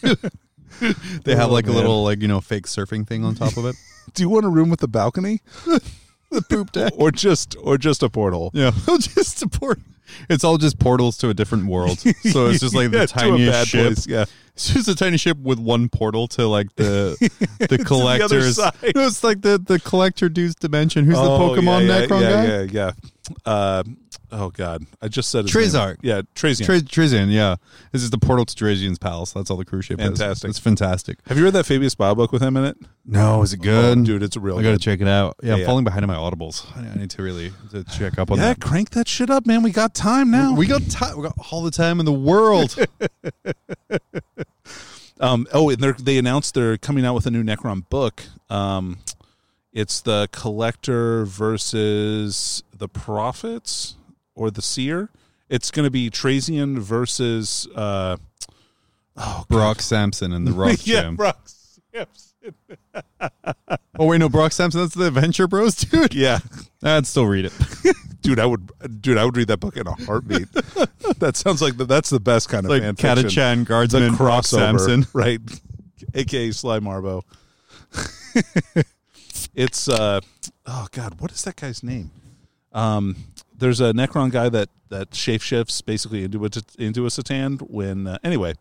S1: they have
S2: oh,
S1: like a
S2: man.
S1: little like you know fake surfing thing on top of it.
S2: Do you want a room with a balcony? the poop deck, or just or just a porthole?
S1: Yeah, just a port. It's all just portals to a different world. So it's just like
S2: Yeah,
S1: the
S2: to a
S1: tiniest
S2: bad
S1: ship.
S2: place, yeah.
S1: It's just a tiny ship with one portal to like the the collectors.
S2: side.
S1: No, it's like the the collector dude's dimension. Who's
S2: Oh,
S1: the Pokemon
S2: yeah, yeah,
S1: Necron
S2: yeah,
S1: guy?
S2: Yeah, yeah. uh, oh god, I just said his
S1: Treyarch.
S2: name. Yeah, Trazian.
S1: Tri- Trizian, yeah. This is the portal to Trizian's palace. That's all the cruise ship is.
S2: Fantastic.
S1: It's fantastic.
S2: Have you read that Fabius Bob book with him in it?
S1: No, is it good?
S2: Oh, dude, it's real.
S1: Uh, I gotta
S2: good.
S1: check it out. Yeah, I'm
S2: Yeah.
S1: falling behind on my audibles. I I need to really to check up on
S2: Yeah,
S1: that.
S2: crank that shit up, man. We got time now.
S1: We got time. We got all the time in the world.
S2: Um, oh, and they're, they announced they're coming out with a new Necron book. Um, it's the Collector versus the Prophets or the Seer. It's going to be Trazian versus. Uh,
S1: Brock Sampson and the Rock
S2: Oh, yeah,
S1: Gym.
S2: Brock Samson.
S1: Oh wait, no, Brock Sampson. That's the Adventure Bros, dude.
S2: Yeah,
S1: I'd still read it.
S2: dude, I would, dude, I would read that book in a heartbeat. that sounds like the, that's the best kind of
S1: Like
S2: fan fiction.
S1: Katachan
S2: It's a
S1: Guardsman, Brock Sampson.
S2: crossover, right? AKA Sly Marbo. it's uh, oh god, what is that guy's name? Um, there's a Necron guy that that shapeshifts basically into a into a Satan. When uh, anyway,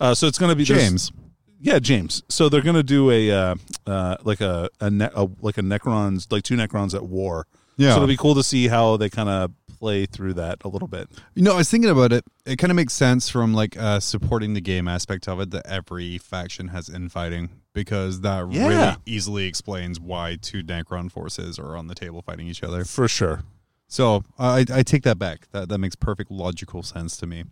S2: uh, so it's going to be there's-
S1: James.
S2: yeah, James. So they're gonna do a uh, uh, like a a, ne- a like a Necrons like two Necrons at war.
S1: Yeah.
S2: So it'll be cool to see how they kind of play through that a little bit.
S1: You know, I was thinking about it. It kind of makes sense from like uh, supporting the game aspect of it that every faction has infighting because that
S2: Yeah.
S1: really easily explains why two Necron forces are on the table fighting each other.
S2: For sure.
S1: So I, I take that back. That that makes perfect logical sense to me,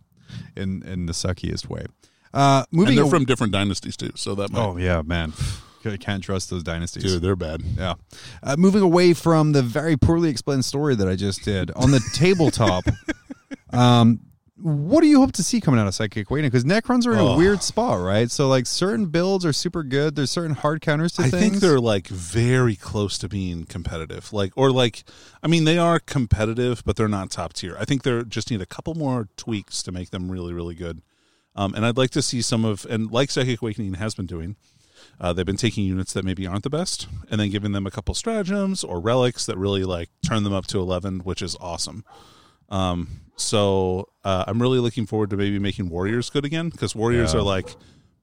S1: in in the suckiest way. Uh, moving
S2: And they're
S1: aw-
S2: from different dynasties too, so that might
S1: oh yeah, man, I can't trust those dynasties.
S2: dude, they're bad.
S1: Yeah. Uh, moving away from the very poorly explained story that I just did on the tabletop. um, what do you hope to see coming out of Psychic Arena? Because Necrons are in a
S2: Oh.
S1: weird spot, right? So like certain builds are super good. There's certain hard counters to
S2: I
S1: things.
S2: think they're like very close to being competitive. Like or like I mean they are competitive, but they're not top tier. I think they're just need a couple more tweaks to make them really, really good. Um, and I'd like to see some of and like Psychic Awakening has been doing, uh, they've been taking units that maybe aren't the best and then giving them a couple stratagems or relics that really like turn them up to eleven, which is awesome. Um, so uh, I'm really looking forward to maybe making warriors good again because warriors
S1: Yeah.
S2: are like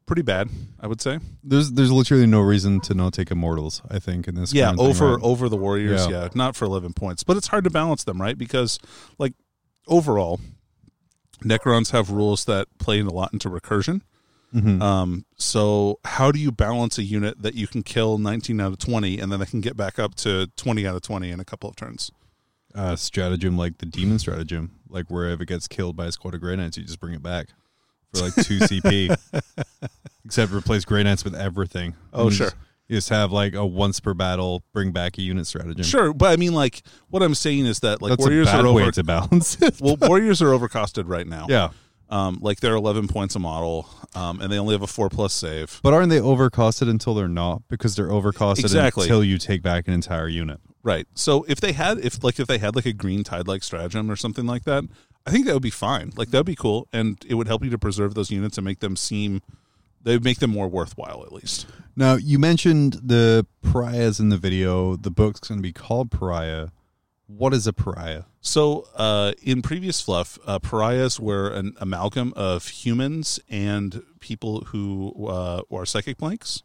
S2: pretty bad, I would say.
S1: there's there's literally no reason to not take immortals. I think in this
S2: yeah
S1: current thing,
S2: over
S1: right?
S2: over the warriors
S1: Yeah.
S2: yeah. not for 11 points but it's hard to balance them right because like overall necrons have rules that play a lot into recursion
S1: Mhm.
S2: um so how do you balance a unit that you can kill 19 out of 20 and then they can get back up to 20 out of 20 in a couple of turns
S1: uh, stratagem like the demon stratagem, like where if it gets killed by a squad of Grey Knights, you just bring it back for like two CP. Except replace Grey Knights with everything.
S2: Oh,
S1: You just-
S2: sure.
S1: You just have like a once per battle, bring back a unit stratagem.
S2: sure but i mean like what i'm saying is that like
S1: That's
S2: warriors
S1: a bad
S2: are
S1: way
S2: over
S1: to balance it.
S2: well warriors are overcosted right now
S1: yeah.
S2: um like they're 11 points a model um and they only have a four plus save
S1: But aren't they overcosted until they're not? Because they're overcosted
S2: Exactly.
S1: until you take back an entire unit.
S2: Right. So if they had if like if they had like a green tide like stratagem or something like that, I think that would be fine. Like that would be cool and it would help you to preserve those units and make them seem they would make them more worthwhile at least.
S1: Now you mentioned the pariahs in the video. The book's going to be called Pariah. What is a pariah?
S2: So uh in previous fluff, uh pariahs were an amalgam of humans and people who uh are psychic blanks.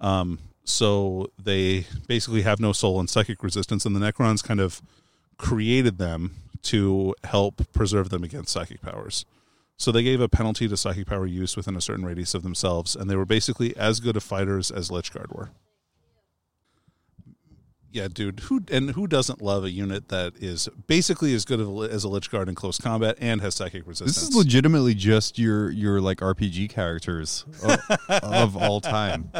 S2: Um so they basically have no soul and psychic resistance and the Necrons kind of created them to help preserve them against psychic powers. So they gave a penalty to psychic power use within a certain radius of themselves, and they were basically as good of fighters as Lich Guard were. Yeah, dude, who and who doesn't love a unit that is basically as good of a, as a Lich Guard in close combat and has psychic resistance?
S1: This is legitimately just your your like RPG characters of, of all time.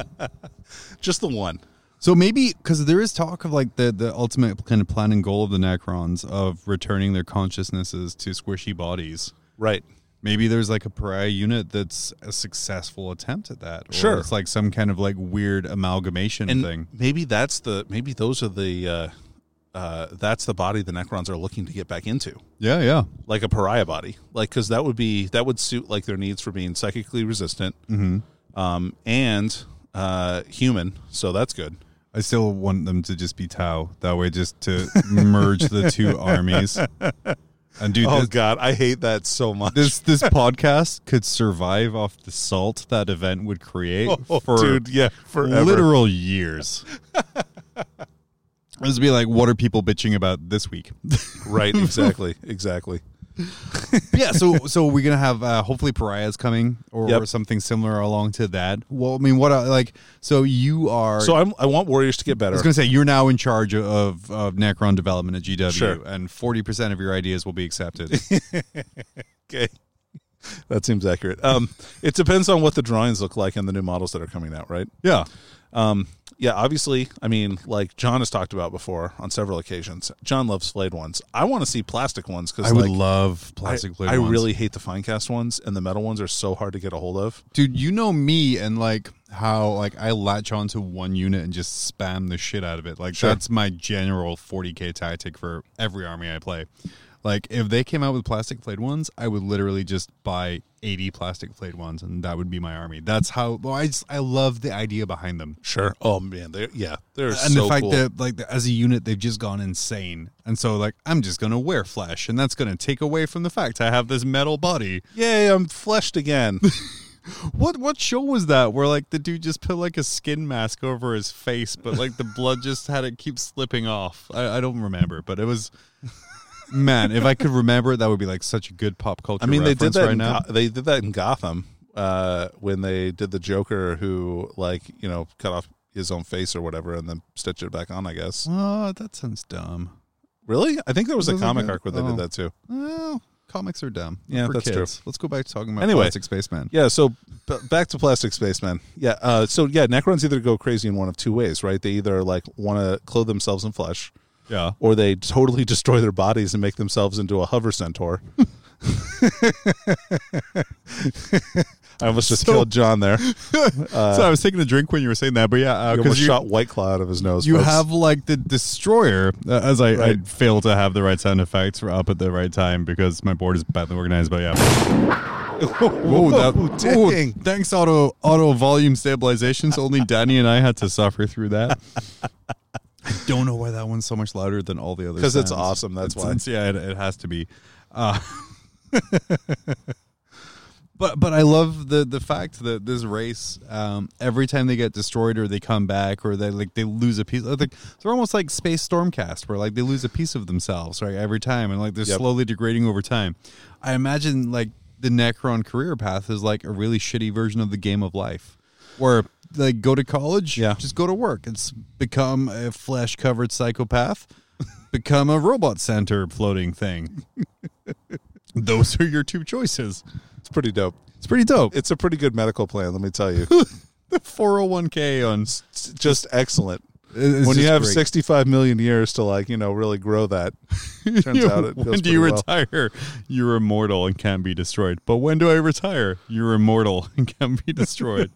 S2: just the one.
S1: So maybe because there is talk of like the the ultimate kind of plan and goal of the Necrons of returning their consciousnesses to squishy bodies.
S2: Right.
S1: Maybe there's like a pariah unit that's a successful attempt at that. Or
S2: Sure.
S1: it's like some kind of like weird amalgamation
S2: and
S1: thing.
S2: maybe that's the maybe those are the uh, uh, that's the body the Necrons are looking to get back into,
S1: Yeah, yeah,
S2: like a pariah body, like because that would be that would suit like their needs for being psychically resistant, um, and uh, human. So that's good.
S1: I still want them to just be Tau. That way, just to merge the two armies. And dude, this,
S2: Oh, God, I hate that so much.
S1: this this podcast could survive off the salt that event would
S2: Oh,
S1: Oh, create for
S2: yeah,
S1: literal years. This would be like, what are people bitching about this week?
S2: Right, exactly, exactly.
S1: yeah, so so we're gonna have uh, hopefully pariahs coming or,
S2: Yep.
S1: or something similar along to that. Well, I mean, what uh, like so you are.
S2: So I'm, I want Warriors to get
S1: I
S2: better.
S1: was gonna say you're now in charge of of Necron development at GW,
S2: Sure.
S1: and forty percent of your ideas will be accepted.
S2: Okay. That seems accurate. Um, it depends on what the drawings look like and the new models that are coming out, right?
S1: yeah,
S2: Um, yeah, obviously, I mean, like John has talked about before on several occasions, John loves flayed ones. I want to see plastic ones because
S1: I would
S2: like,
S1: love
S2: I,
S1: plastic plate
S2: I
S1: ones.
S2: really hate the fine cast ones, and the metal ones are so hard to get a hold of.
S1: dude. You know me and like how like I latch onto one unit and just spam the shit out of it. Like
S2: Sure.
S1: that's my general forty k tactic for every army I play. Like if they came out with plastic played ones, I would literally just buy eighty plastic played ones, and that would be my army. That's how. Well, I just I love the idea behind them.
S2: Sure. Oh man, they're yeah, they're
S1: and
S2: so
S1: the fact
S2: cool.
S1: that like the- as a unit they've just gone insane and so like i'm just gonna wear flesh and that's gonna take away from the fact i have this metal body
S2: Yay, I'm fleshed again.
S1: what what show was that where like the dude just put like a skin mask over his face but like the blood just had it keep slipping off i, I don't remember but it was man if i could remember it that would be like such a good pop culture
S2: I mean, they
S1: reference
S2: did that.
S1: right
S2: in
S1: now
S2: Go- they did that in Gotham uh, when they did the Joker, who like you know cut off his own face or whatever, and then stitched it back on. I guess.
S1: oh that sounds dumb
S2: Really, I think there was a
S1: Wasn't
S2: comic
S1: it?
S2: arc where they
S1: Oh.
S2: did that too.
S1: well comics are dumb
S2: Yeah,
S1: For
S2: that's true.
S1: kids. let's go back to talking about
S2: Anyway.
S1: plastic spaceman
S2: Yeah. So b- back to Plastic Spaceman. Yeah. Uh, so yeah, Necrons either go crazy in one of two ways, right? They either like want to clothe themselves in flesh,
S1: yeah
S2: or they totally destroy their bodies and make themselves into a hover centaur. I almost just
S1: So-
S2: killed John there. Uh,
S1: so I was taking a drink when you were saying that, but yeah,
S2: You
S1: because
S2: almost
S1: you,
S2: shot White Claw out of his nose.
S1: you
S2: folks.
S1: have like the destroyer. uh, as I, I
S2: Right.
S1: fail to have the right sound effects up at the right time because my board is badly organized. But yeah,
S2: Whoa,
S1: whoa,
S2: dang.
S1: thanks auto auto volume stabilizations. Only Danny and I had to suffer through that. I don't know why that one's so much louder than all the others
S2: 'Cause it's awesome, that's why.
S1: yeah, it, it has to be. Uh, But but I love the the fact that this race, um, every time they get destroyed or they come back or they like they lose a piece, like, they're almost like Space Stormcast, where like they lose a piece of themselves, right? Every time, and like they're
S2: Yep.
S1: slowly degrading over time. I imagine like the Necron career path is like a really shitty version of the game of life, where like go to college,
S2: Yeah.
S1: just go to work, it's become a flesh covered psychopath, become a robot center floating thing. Those are your two choices.
S2: It's pretty dope.
S1: It's pretty dope.
S2: It's a pretty good medical plan, let me tell you.
S1: the 401k on
S2: It's just excellent. when you have 65 million years to like, you know, really grow that, turns out it
S1: when
S2: goes
S1: do you
S2: pretty well.
S1: retire you're immortal and can't be destroyed but when do i retire you're immortal and can't be destroyed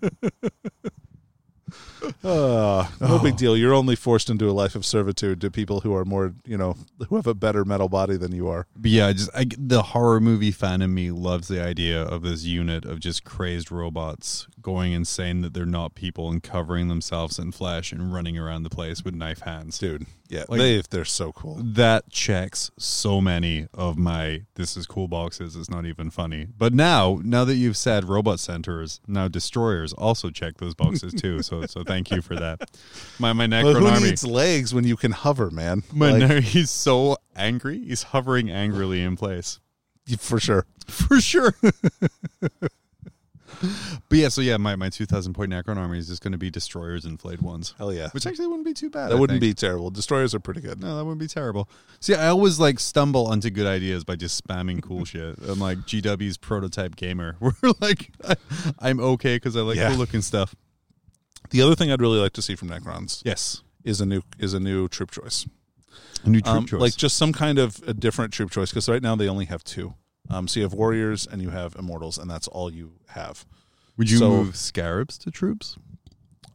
S2: Uh, no big deal. You're only forced into a life of servitude to people who are more, you know, who have a better metal body than you are.
S1: but yeah just I, the horror movie fan in me loves the idea of this unit of just crazed robots going insane that they're not people and covering themselves in flesh and running around the place with knife hands
S2: Dude, yeah,
S1: Like-
S2: they, they're so cool.
S1: that checks so many of my this is cool boxes it's not even funny but now now that you've said robot centers now destroyers also check those boxes too so so thank you for that my my
S2: But
S1: necron
S2: who
S1: army
S2: needs legs when you can hover, man?
S1: my
S2: Like,
S1: ne- he's so angry he's hovering angrily in place
S2: for sure.
S1: for sure but yeah so yeah my, my 2000 point necron army is just going to be destroyers and flayed ones
S2: Hell yeah.
S1: which actually wouldn't be too bad
S2: that
S1: I
S2: wouldn't
S1: think.
S2: be terrible. Destroyers are pretty good.
S1: No, that wouldn't be terrible. See, I always like stumble onto good ideas by just spamming cool shit. I'm like GW's prototype gamer. We're like, I, I'm okay because I like
S2: Yeah.
S1: cool looking stuff.
S2: The other thing I'd really like to see from Necrons
S1: Yes,
S2: is a new is a new troop choice.
S1: a new troop
S2: Um,
S1: choice.
S2: Like just some kind of a different troop choice because right now they only have two. Um, so you have warriors and you have immortals, and that's all you have.
S1: would you
S2: so-
S1: move scarabs to troops?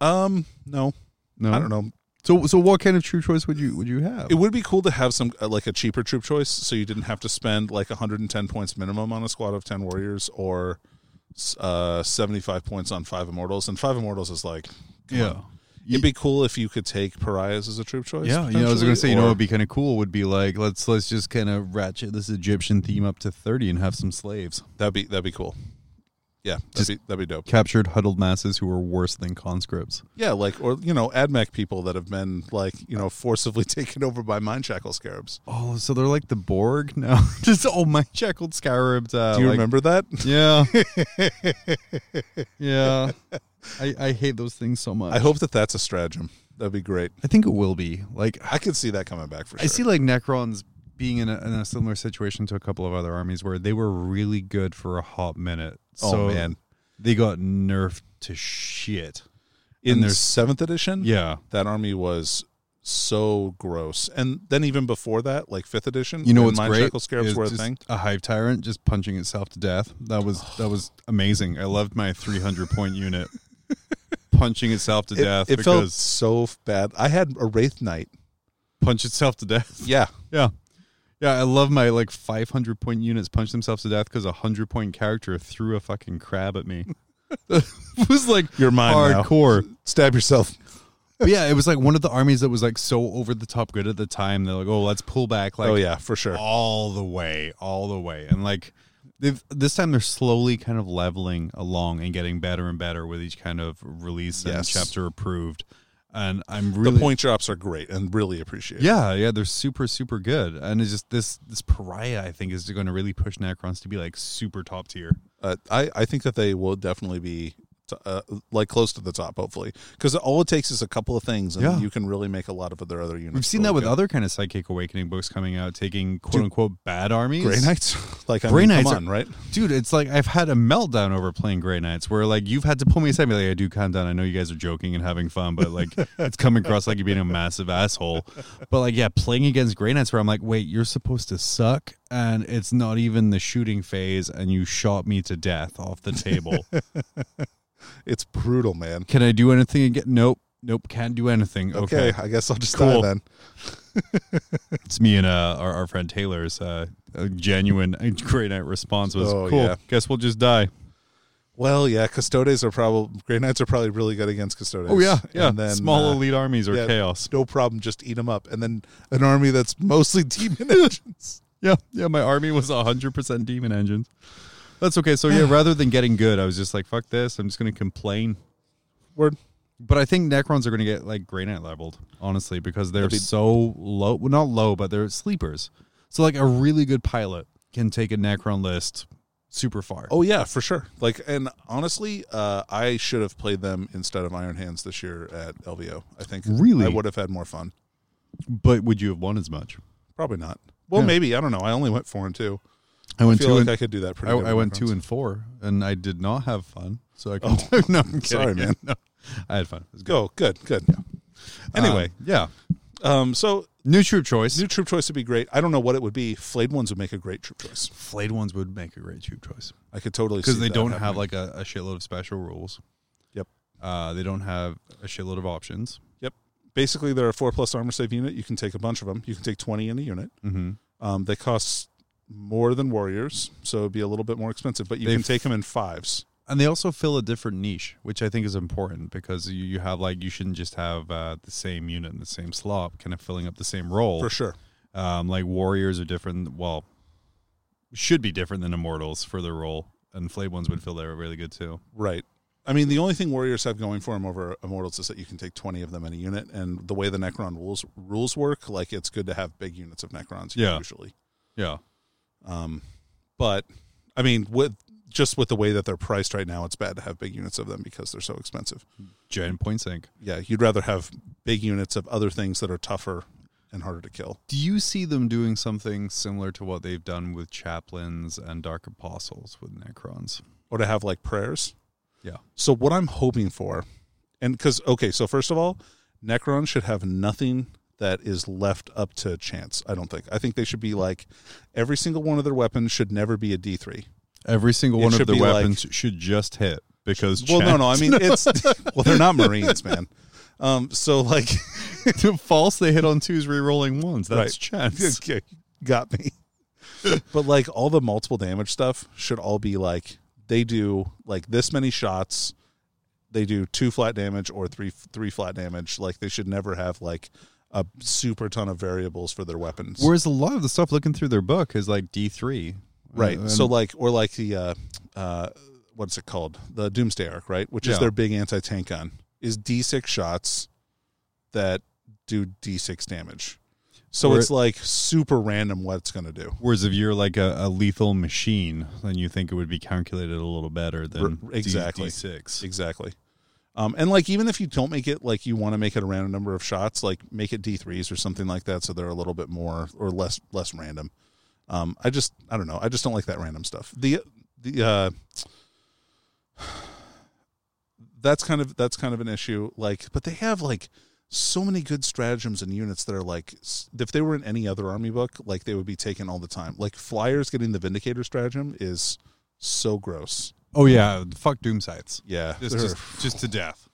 S2: Um, no,
S1: No,
S2: I don't know.
S1: So, so what kind of troop choice would you would you have?
S2: It would be cool to have some uh, like a cheaper troop choice, so you didn't have to spend like 110 points minimum on a squad of 10 warriors or s- uh 75 points on five immortals. And five immortals is like
S1: yeah,
S2: it'd be cool if you could take pariahs as a troop choice.
S1: yeah. You know, I was gonna
S2: potentially,
S1: say, you know,
S2: or-
S1: it'd be kind of cool. Would be like, let's let's just kind of ratchet this Egyptian theme up to thirty and have some slaves.
S2: that'd be that'd be cool. Yeah, that'd
S1: Just-
S2: be that'd be dope.
S1: Captured huddled masses who were worse than conscripts.
S2: Yeah, like or you know, AdMech people that have been like you know forcibly taken over by mind shackle scarabs.
S1: Oh, so they're like the Borg now. Just oh my shackled scarabs. Uh,
S2: Do you
S1: like-
S2: remember that?
S1: Yeah, yeah. I, I hate those things so much.
S2: I hope that that's a stratagem. That'd be great.
S1: I think it will be. Like
S2: I could see that coming back for sure.
S1: I see like Necrons being in a, in a similar situation to a couple of other armies where they were really good for a hot minute.
S2: Oh,
S1: so
S2: man.
S1: they got nerfed to shit.
S2: in
S1: and
S2: their
S1: there's-
S2: seventh edition.
S1: Yeah,
S2: that army was so gross. And then even before that, like fifth edition,
S1: you know
S2: when
S1: what's
S2: mind
S1: great?
S2: shackle scarabs
S1: Is
S2: were a
S1: just
S2: thing.
S1: A hive tyrant just punching itself to death. That was that was amazing. I loved my 300 point unit punching itself to
S2: It,
S1: death
S2: it felt
S1: because
S2: so f- bad. I had a wraith knight.
S1: punch itself to death.
S2: Yeah,
S1: Yeah. Yeah, I love my like 500 point units punch themselves to death because a 100 point character threw a fucking crab at me. it was like
S2: you're mine now.
S1: hardcore.
S2: Stab yourself.
S1: But yeah, it was like one of the armies that was like so over the top good at the time. They're like, oh, let's pull back like
S2: oh yeah, for sure.
S1: all the way, all the way. And like they've this time they're slowly kind of leveling along and getting better and better with each kind of release and
S2: Yes.
S1: chapter approved. And I'm really
S2: The point drops are great and really appreciated.
S1: yeah, yeah, they're super, super good, and it's just this this pariah. I think is going to really push Necrons to be like super top tier.
S2: uh, I I think that they will definitely be t- uh, like close to the top, hopefully, because all it takes is a couple of things, and
S1: Yeah.
S2: you can really make a lot of their other units.
S1: We've seen
S2: really
S1: that with
S2: good.
S1: other kind of Psychic Awakening books coming out, taking quote
S2: Dude,
S1: unquote bad armies.
S2: Grey Knights. like I
S1: Grey
S2: mean,
S1: Knights
S2: come
S1: are-
S2: on, right?
S1: dude. It's like I've had a meltdown over playing Grey Knights, where like you've had to pull me aside, and be like, "I do calm down. I know you guys are joking and having fun, but like it's coming across like you're being a massive asshole." But like, yeah, playing against Grey Knights, where I'm like, "Wait, you're supposed to suck, and it's not even the shooting phase, and you shot me to death off the table."
S2: It's brutal, man.
S1: Can I do anything again? Nope. Nope. Can't do anything.
S2: Okay,
S1: Okay.
S2: I guess I'll just
S1: Cool.
S2: die then.
S1: It's me and uh, our, our friend Taylor's uh, a genuine uh, Grey Knight response was
S2: Oh,
S1: cool.
S2: yeah.
S1: Guess we'll just die.
S2: Well, yeah, Custodes are probably Grey Knights are probably really good against Custodes.
S1: Oh, Yeah.
S2: And then,
S1: Small
S2: uh,
S1: elite armies are
S2: yeah,
S1: chaos.
S2: No problem, just eat them up. And then an army that's mostly demon engines.
S1: Yeah. Yeah. My army was 100% demon engines. That's okay. So, yeah, rather than getting good, I was just like, fuck this. I'm just going to complain.
S2: Word.
S1: But I think Necrons are going to get like Grey Knight leveled, honestly, because they're
S2: That'd be-
S1: so low. Well, not low, but they're sleepers. So, like, a really good pilot can take a Necron list super far.
S2: Oh yeah, for sure. Like, and honestly, uh, I should have played them instead of Iron Hands this year at LVO. I think
S1: Really?
S2: I would have had more fun.
S1: But would you have won as much?
S2: Probably not. Well,
S1: Yeah.
S2: maybe I don't know. I only went four and two.
S1: I
S2: I
S1: went
S2: feel
S1: two.
S2: like
S1: and,
S2: I could do that pretty.
S1: I,
S2: good
S1: I
S2: with
S1: went
S2: my
S1: two
S2: friends.
S1: and four, and I did not have fun. So I can. no, I'm kidding.
S2: sorry, man.
S1: No, I had fun. It was good.
S2: Go Oh, good, good. Anyway,
S1: Um, yeah,
S2: um, so
S1: new troop choice.
S2: new troop choice would be great. I don't know what it would be. Flayed ones would make a great troop choice.
S1: Flayed ones would make a great troop choice
S2: I could totally
S1: because
S2: see
S1: they
S2: that
S1: don't
S2: happening.
S1: have like a, a shitload of special rules.
S2: Yep.
S1: Uh, they don't have a shitload of options.
S2: Yep. Basically, they're a four plus armor save unit. You can take a bunch of them. You can take twenty in a unit.
S1: Mm-hmm.
S2: Um, they cost more than warriors, so it'd be a little bit more expensive. But you
S1: They
S2: can
S1: f-
S2: take them in fives.
S1: And they also fill a different niche, which I think is important because you, you have like you shouldn't just have uh, the same unit in the same slot, kind of filling up the same role.
S2: For sure.
S1: um, like warriors are different well should be different than immortals for their role and flayed ones would feel they're really good too
S2: Right. I mean, the only thing warriors have going for them over immortals is that you can take twenty of them in a unit, and the way the Necron rules rules work, like it's good to have big units of Necrons
S1: Yeah.
S2: usually.
S1: yeah
S2: Um, but I mean, with just with the way that they're priced right now, it's bad to have big units of them because they're so expensive.
S1: giant point sink
S2: Yeah, you'd rather have big units of other things that are tougher and harder to kill.
S1: do you see them doing something similar to what they've done with chaplains and dark apostles with necrons
S2: or to have like prayers.
S1: Yeah.
S2: So what I'm hoping for, and because okay, so first of all, Necron should have nothing that is left up to chance. I don't think. I think they should be like every single one of their weapons should never be a D three.
S1: every single
S2: It
S1: one of
S2: should
S1: their
S2: be like-
S1: weapons should just hit because
S2: Well, no,
S1: chance-
S2: no. I mean, it's well, they're not Marines, man. Um, so like,
S1: to false they hit on twos re-rolling ones that's
S2: Right.
S1: chance
S2: okay, got me. but like all the multiple damage stuff should all be like they do like this many shots they do two flat damage or three three flat damage like they should never have like a super ton of variables for their weapons
S1: whereas a lot of the stuff looking through their book is like d3
S2: right
S1: Uh,
S2: so
S1: and-
S2: like or like the uh uh what's it called? The Doomsday Arc, right? Which is
S1: Yeah.
S2: their big anti tank gun, is D6 shots that do D6 damage. So
S1: Or-
S2: it's like super random what it's going to do.
S1: Whereas if you're like a, a lethal machine, then you think it would be calculated a little better than
S2: R- exactly.
S1: D- D6.
S2: Exactly. Um, and like even if you don't make it like you want to make it a random number of shots, like make it D threes or something like that, so they're a little bit more or less less random. Um, I just I don't know. I just don't like that random stuff. The the uh, that's kind of that's kind of an issue. Like, but they have like so many good stratagems and units that are like s- if they were in any other army book, like they would be taken all the time. Like flyers getting the Vindicator stratagem is so gross.
S1: Oh yeah, fuck doom sights.
S2: Yeah,
S1: Just,
S2: they're-
S1: just just to death.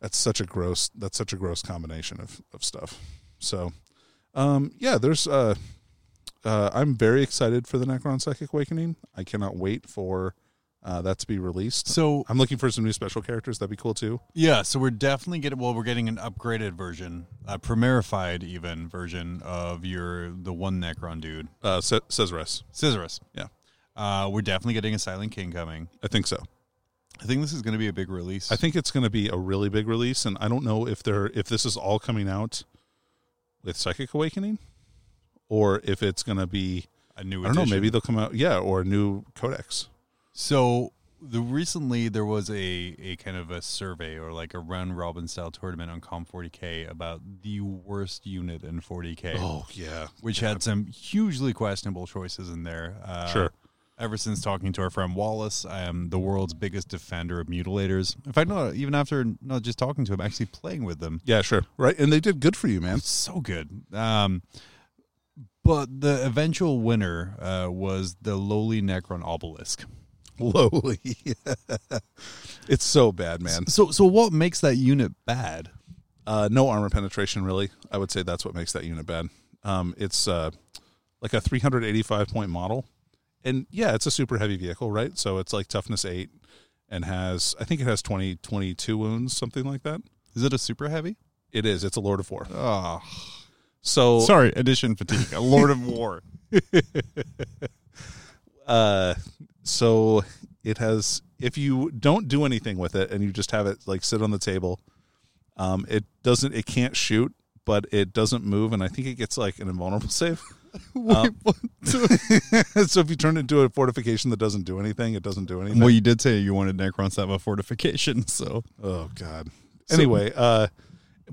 S2: that's such a gross that's such a gross combination of, of stuff so um yeah there's uh uh i'm very excited for the necron psychic awakening i cannot wait for uh that to be released
S1: So
S2: i'm looking for some new special characters that'd be cool too
S1: yeah, so we're definitely getting well, we're getting an upgraded version, a premierified even version of your the one Necron dude,
S2: uh Se- Cesarus.
S1: Scissors.
S2: Yeah.
S1: Uh, we're definitely getting a Silent King coming.
S2: i think so
S1: I think this is going to be a big release.
S2: i think it's going to be a really big release and i don't know if they're if this is all coming out with psychic awakening or if it's going to be
S1: a new.
S2: i don't know
S1: edition.
S2: maybe they'll come out yeah or a new codex
S1: So the recently there was a a kind of a survey or like a round robin style tournament on Com 40k about the worst unit in 40k,
S2: oh yeah
S1: which had some hugely questionable choices in there. Uh,
S2: sure
S1: Ever since talking to our friend Wallace, I am the world's biggest defender of mutilators. In fact, not even after not just talking to him, actually playing with them.
S2: yeah sure right and they did good for you man
S1: It's so good. Um, but the eventual winner uh, was the lowly Necron obelisk.
S2: lowly. it's so bad, man.
S1: So, so what makes that unit bad?
S2: Uh, no armor penetration, really. I would say that's what makes that unit bad. Um, it's uh, like a 385 point model, and yeah, it's a super heavy vehicle, right? So it's like toughness eight, and has I think it has 20, 22 wounds, something like that.
S1: Is it a super heavy?
S2: It is. It's a Lord of War.
S1: Oh,
S2: So
S1: sorry, edition fatigue. A Lord of War.
S2: Uh, so it has if you don't do anything with it and you just have it like sit on the table um it doesn't it can't shoot but it doesn't move and i think it gets like an invulnerable save Um, so if you turn it into a fortification that doesn't do anything it doesn't do anything
S1: Well, you did say you wanted Necrons to have a fortification, so
S2: oh god anyway uh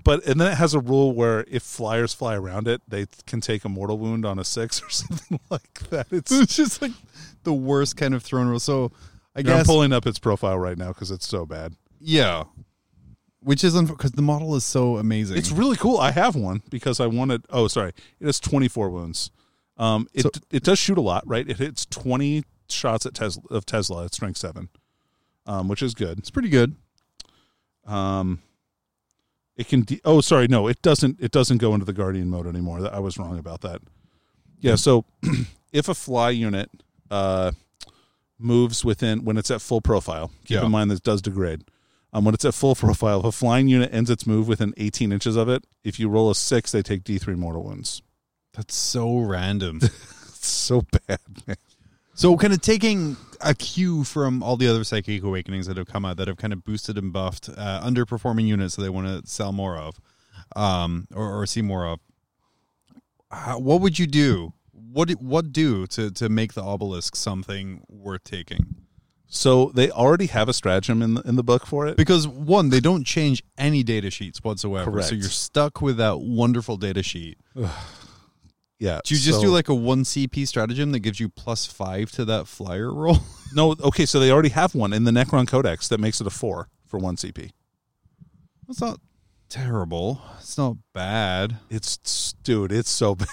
S2: but and then it has a rule where if flyers fly around it they can take a mortal wound on a six or something like that it's
S1: it's just like the worst kind of throne rule. So, I
S2: i'm
S1: guess
S2: pulling up its profile right now because it's so bad
S1: yeah, which is because the model is so amazing.
S2: It's really cool. I have one because I wanted. Oh, sorry. It has 24 wounds. Um, it
S1: So-
S2: it does shoot a lot, right? It hits 20 shots at Tesla of Tesla at strength seven, um, which is good.
S1: it's pretty good.
S2: Um, it can. De- oh, sorry. No, it doesn't. It doesn't go into the guardian mode anymore. That- I was wrong about that. Yeah. So if a fly unit uh, moves within when it's at full profile, keep
S1: Yeah.
S2: in mind this does degrade. Um, when it's at full profile, if a flying unit ends its move within 18 inches of it, if you roll a six, they take D3 mortal wounds.
S1: That's so random.
S2: It's so bad. man.
S1: so, kind of taking a cue from all the other psychic awakenings that have come out that have kind of boosted and buffed uh, underperforming units that they want to sell more of, um, or, or see more of. How, what would you do? What do- what do to to make the obelisk something worth taking?
S2: So they already have a stratagem in the, in the book for it.
S1: Because one, they don't change any data sheets whatsoever,
S2: Correct.
S1: so you're stuck with that wonderful data sheet.
S2: Yeah.
S1: Do you just
S2: so-
S1: do like a one CP stratagem that gives you plus five to that flyer roll?
S2: no? Okay, so they already have one in the Necron Codex that makes it a four for one CP.
S1: It's not terrible. It's not bad.
S2: It's dude, it's so bad.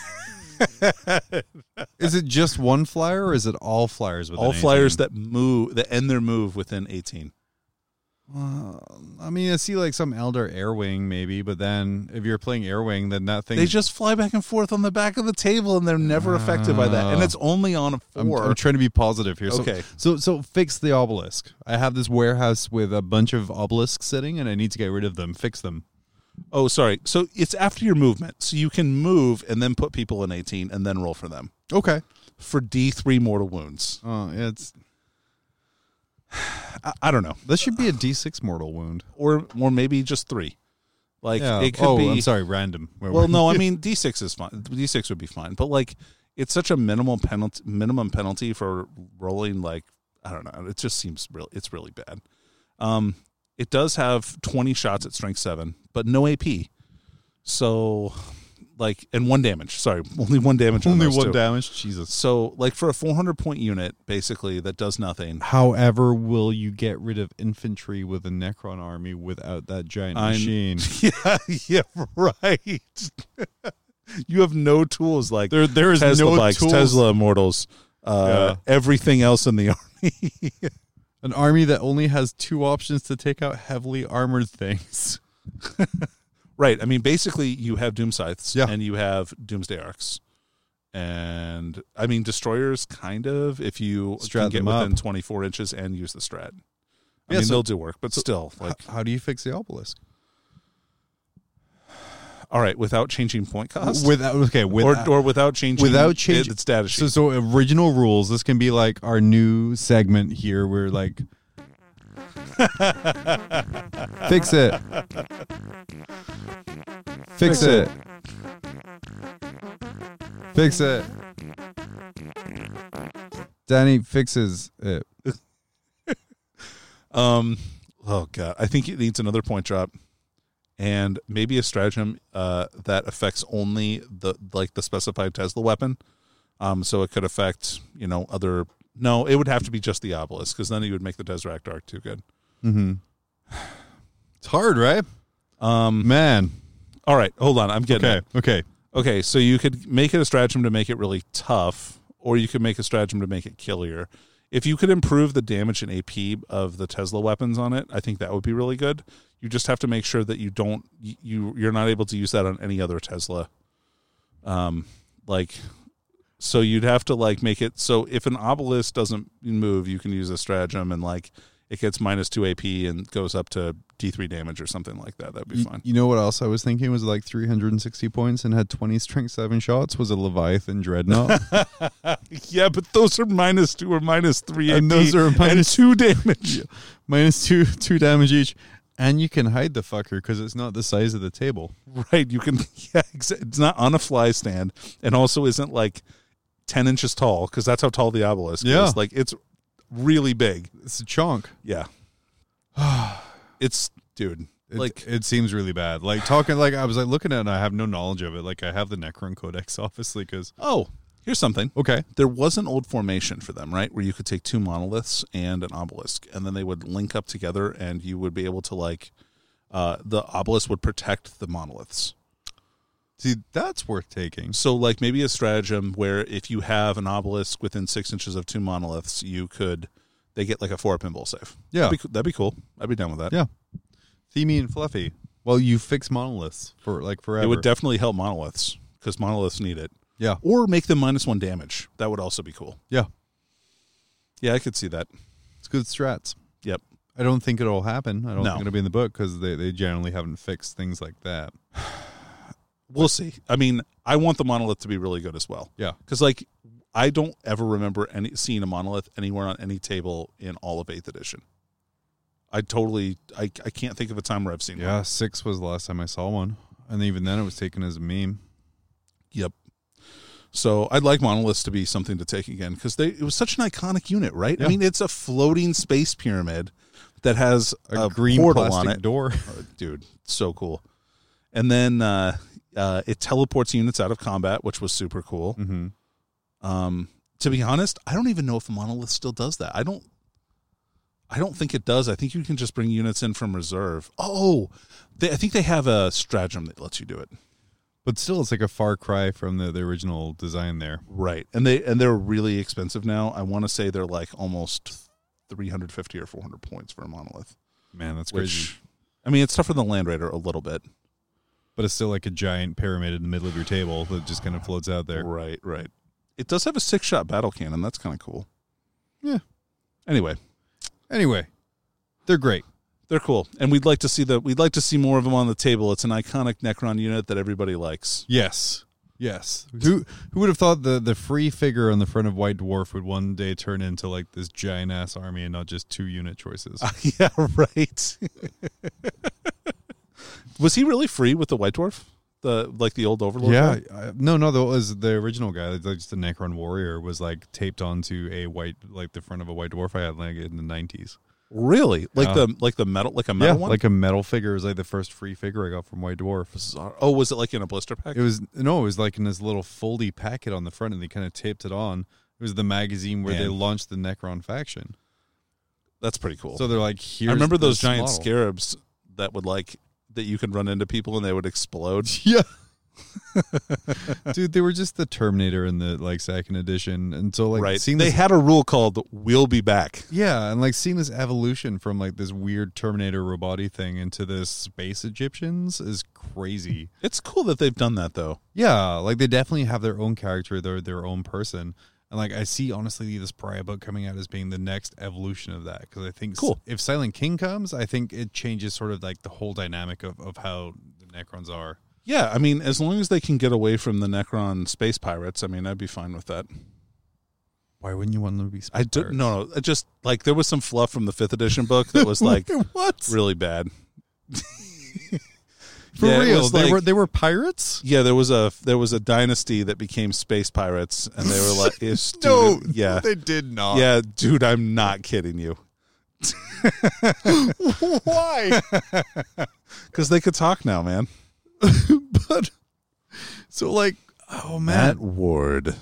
S1: Is it just one flyer or is it all flyers with
S2: All flyers that move that end their move within 18.
S1: Uh, I mean, I see like some Elder Airwing maybe, but then if you're playing Airwing, then that thing
S2: They just fly back and forth on the back of the table and they're never affected by that. And
S1: Ah.
S2: it's only on a
S1: I'm,
S2: 4
S1: I'm trying to be positive here. So,
S2: Okay.
S1: So so fix the obelisk. I have this warehouse with a bunch of obelisks sitting and I need to get rid of them. Fix them.
S2: oh, sorry. So it's after your movement. So you can move and then put people in 18 and then roll for them
S1: Okay. Uh,
S2: for D3 mortal wounds.
S1: Oh, yeah, it's
S2: I, I don't know,
S1: This should be a D6 mortal wound.
S2: or or maybe just three. Like
S1: Yeah.
S2: it could
S1: oh,
S2: be.
S1: I'm sorry, random. Where
S2: Well,
S1: we're-
S2: no, I mean D six is fine. D six would be fine, but like it's such a minimal penalty, minimum penalty for rolling. Like I don't know, it just seems real. It's really bad. Um, it does have twenty shots at strength seven, but no AP. So, like, and one damage. Sorry, only one damage. on
S1: only
S2: those
S1: one
S2: two.
S1: damage. Jesus.
S2: So, like for a four hundred point unit, basically that does nothing.
S1: However, will you get rid of infantry with a Necron army without that giant
S2: I'm-
S1: machine?
S2: yeah, yeah, right. you have no tools like
S1: There, there is
S2: Tesla
S1: no
S2: bikes,
S1: tools.
S2: Tesla immortals, uh, everything else in the army.
S1: An army that only has two options to take out heavily armored things.
S2: right. I mean, basically, you have Doom Scythes
S1: Yeah.
S2: and you have Doomsday Arcs. And I mean, destroyers, kind of, if you
S1: Strat
S2: can get
S1: them up.
S2: within 24 inches and use the strat. I
S1: Yeah,
S2: mean,
S1: so-
S2: they'll do work, but still, like,
S1: H- how do you fix the obelisk?
S2: all right, without changing point cost.
S1: Without okay, without,
S2: or, or without changing
S1: without changing-
S2: its data sheet.
S1: so so original rules. This can be like our new segment here. Where like fix it, fix it, fix it. Danny fixes it.
S2: Um, oh god, I think it needs another point drop, and maybe a stratagem uh, that affects only the like the specified Tesla weapon. Um, so it could affect you know other. No, it would have to be just the obelisk because then you would make the Deseract arc too good.
S1: Mm-hmm. It's hard, right?
S2: Um,
S1: Man.
S2: all right, hold on, I'm getting
S1: Okay.
S2: it.
S1: Okay.
S2: Okay, so you could make it a stratagem to make it really tough, or you could make a stratagem to make it killier. If you could improve the damage and AP of the Tesla weapons on it, I think that would be really good. You just have to make sure that you don't y- you you're not able to use that on any other Tesla. Um, like, so you'd have to like make it so if an obelisk doesn't move, you can use a stratagem and like it gets minus two AP and goes up to D three damage or something like that. That'd be
S1: You,
S2: fine.
S1: you know what else I was thinking was like 360 points and had 20 strength seven shots was a Leviathan Dreadnought.
S2: Yeah, but those are minus two or minus three,
S1: And
S2: AP
S1: those are minus-
S2: and two damage.
S1: Minus two two damage each. And you can hide the fucker because it's not the size of the table.
S2: Right? You can. Yeah, exa- it's not on a fly stand, and also isn't like ten inches tall because that's how tall the obelisk
S1: Yeah.
S2: is. Like it's really big.
S1: It's a chunk.
S2: Yeah, it's dude.
S1: It,
S2: Like-
S1: it seems really bad. Like talking like I was like looking at it and I have no knowledge of it. Like I have the Necron Codex obviously because
S2: Oh, here's something.
S1: okay
S2: There was an old formation for them, right, where you could take two monoliths and an obelisk, and then they would link up together, and you would be able to like uh, the obelisk would protect the monoliths.
S1: see that's worth taking.
S2: So, like maybe a stratagem where if you have an obelisk within six inches of two monoliths, you could they get like a four pinball save.
S1: Yeah.
S2: that'd be, that'd be cool. I'd be down with that.
S1: Yeah. Themey and Fluffy. Well, you fix monoliths for like forever.
S2: it would definitely help monoliths because monoliths need it,
S1: yeah.
S2: or make them minus one damage. That would also be cool.
S1: Yeah.
S2: Yeah, I could see that.
S1: It's good strats.
S2: Yep.
S1: I don't think it'll happen. I don't
S2: No.
S1: think it'll be in the book because they, they generally haven't fixed things like that.
S2: We'll see. I mean, I want the monolith to be really good as well.
S1: Yeah.
S2: because like I don't ever remember any seeing a monolith anywhere on any table in all of Eighth Edition. I totally, I, I can't think of a time where I've seen one.
S1: Yeah, six was the last time I saw one. And even then, it was taken as a meme.
S2: Yep. So I'd like monoliths to be something to take again because they it was such an iconic unit, right? I
S1: Yeah.
S2: mean, it's a floating space pyramid that has
S1: A,
S2: a,
S1: green
S2: portal
S1: plastic
S2: on it,
S1: door.
S2: Oh, dude. So cool. And then uh, uh, it teleports units out of combat, which was super cool.
S1: hmm
S2: Um, to be honest, I don't even know if monolith still does that. I don't. I don't think it does. I think you can just bring units in from reserve. Oh, they, I think they have a stratagem that lets you do it.
S1: But still, it's like a far cry from the, the original design there.
S2: Right. And they and they're really expensive now. I want to say they're like almost 350 or 400 points for a monolith,
S1: Man, that's crazy.
S2: which I mean, it's tougher than Land Raider a little bit.
S1: but it's still like a giant pyramid in the middle of your table that just kind of floats out there.
S2: Right, right. It does have a six-shot battle cannon. That's kind of cool.
S1: Yeah.
S2: Anyway,
S1: Anyway, they're great.
S2: they're cool. And we'd like to see the we'd like to see more of them on the table. It's an iconic Necron unit that everybody likes.
S1: Yes. Yes. Who who would have thought the the free figure on the front of White Dwarf would one day turn into like this giant ass army and not just two unit choices?
S2: Uh, yeah, right. was he really free with the White Dwarf? The like the old Overlord.
S1: yeah.
S2: guy?
S1: I- no, no, that was the original guy. Like just the Necron warrior was like taped onto a white like the front of a White Dwarf I had like in the nineties.
S2: Really? Like
S1: Yeah.
S2: the like the metal like a
S1: Yeah,
S2: metal one.
S1: like a metal figure is like the first free figure I got from White Dwarf.
S2: Bizarre. Oh, was it like in a blister pack?
S1: It was no, it was like in this little foldy packet on the front, and they kind of taped it on. It was the magazine where they
S2: Man.
S1: launched the Necron faction.
S2: That's pretty cool.
S1: So they're like, here.
S2: I remember those giant
S1: model.
S2: scarabs that would like that you could run into people and they would explode.
S1: Yeah. Dude, they were just the Terminator in the like second edition. And so like
S2: right.
S1: seeing
S2: They
S1: this
S2: had a rule called "We'll be back."
S1: Yeah, and like seeing this evolution from like this weird Terminator roboty thing into this space Egyptians is crazy.
S2: It's cool that they've done that though.
S1: Yeah, like they definitely have their own character, their their own person. And like I see honestly this Pariah book coming out as being the next evolution of that because I think s-
S2: Cool.
S1: if Silent King comes, I think it changes sort of like the whole dynamic of, of how the Necrons are.
S2: Yeah, I mean, as long as they can get away from the Necron space pirates, I mean, I'd be fine with that.
S1: Why wouldn't you want them to be?
S2: I don't no, no, I just like there was some fluff from the fifth edition book that was like
S1: what?
S2: really bad.
S1: For
S2: Yeah, it
S1: real,
S2: was
S1: they
S2: like-
S1: were they were pirates.
S2: Yeah, there was a there was a dynasty that became space pirates, and they were like, it's-
S1: No,
S2: dude, yeah,
S1: they did not.
S2: yeah, dude, I'm not kidding you,
S1: why?
S2: because they could talk now, man.
S1: but so like, oh man,
S2: Matt Ward,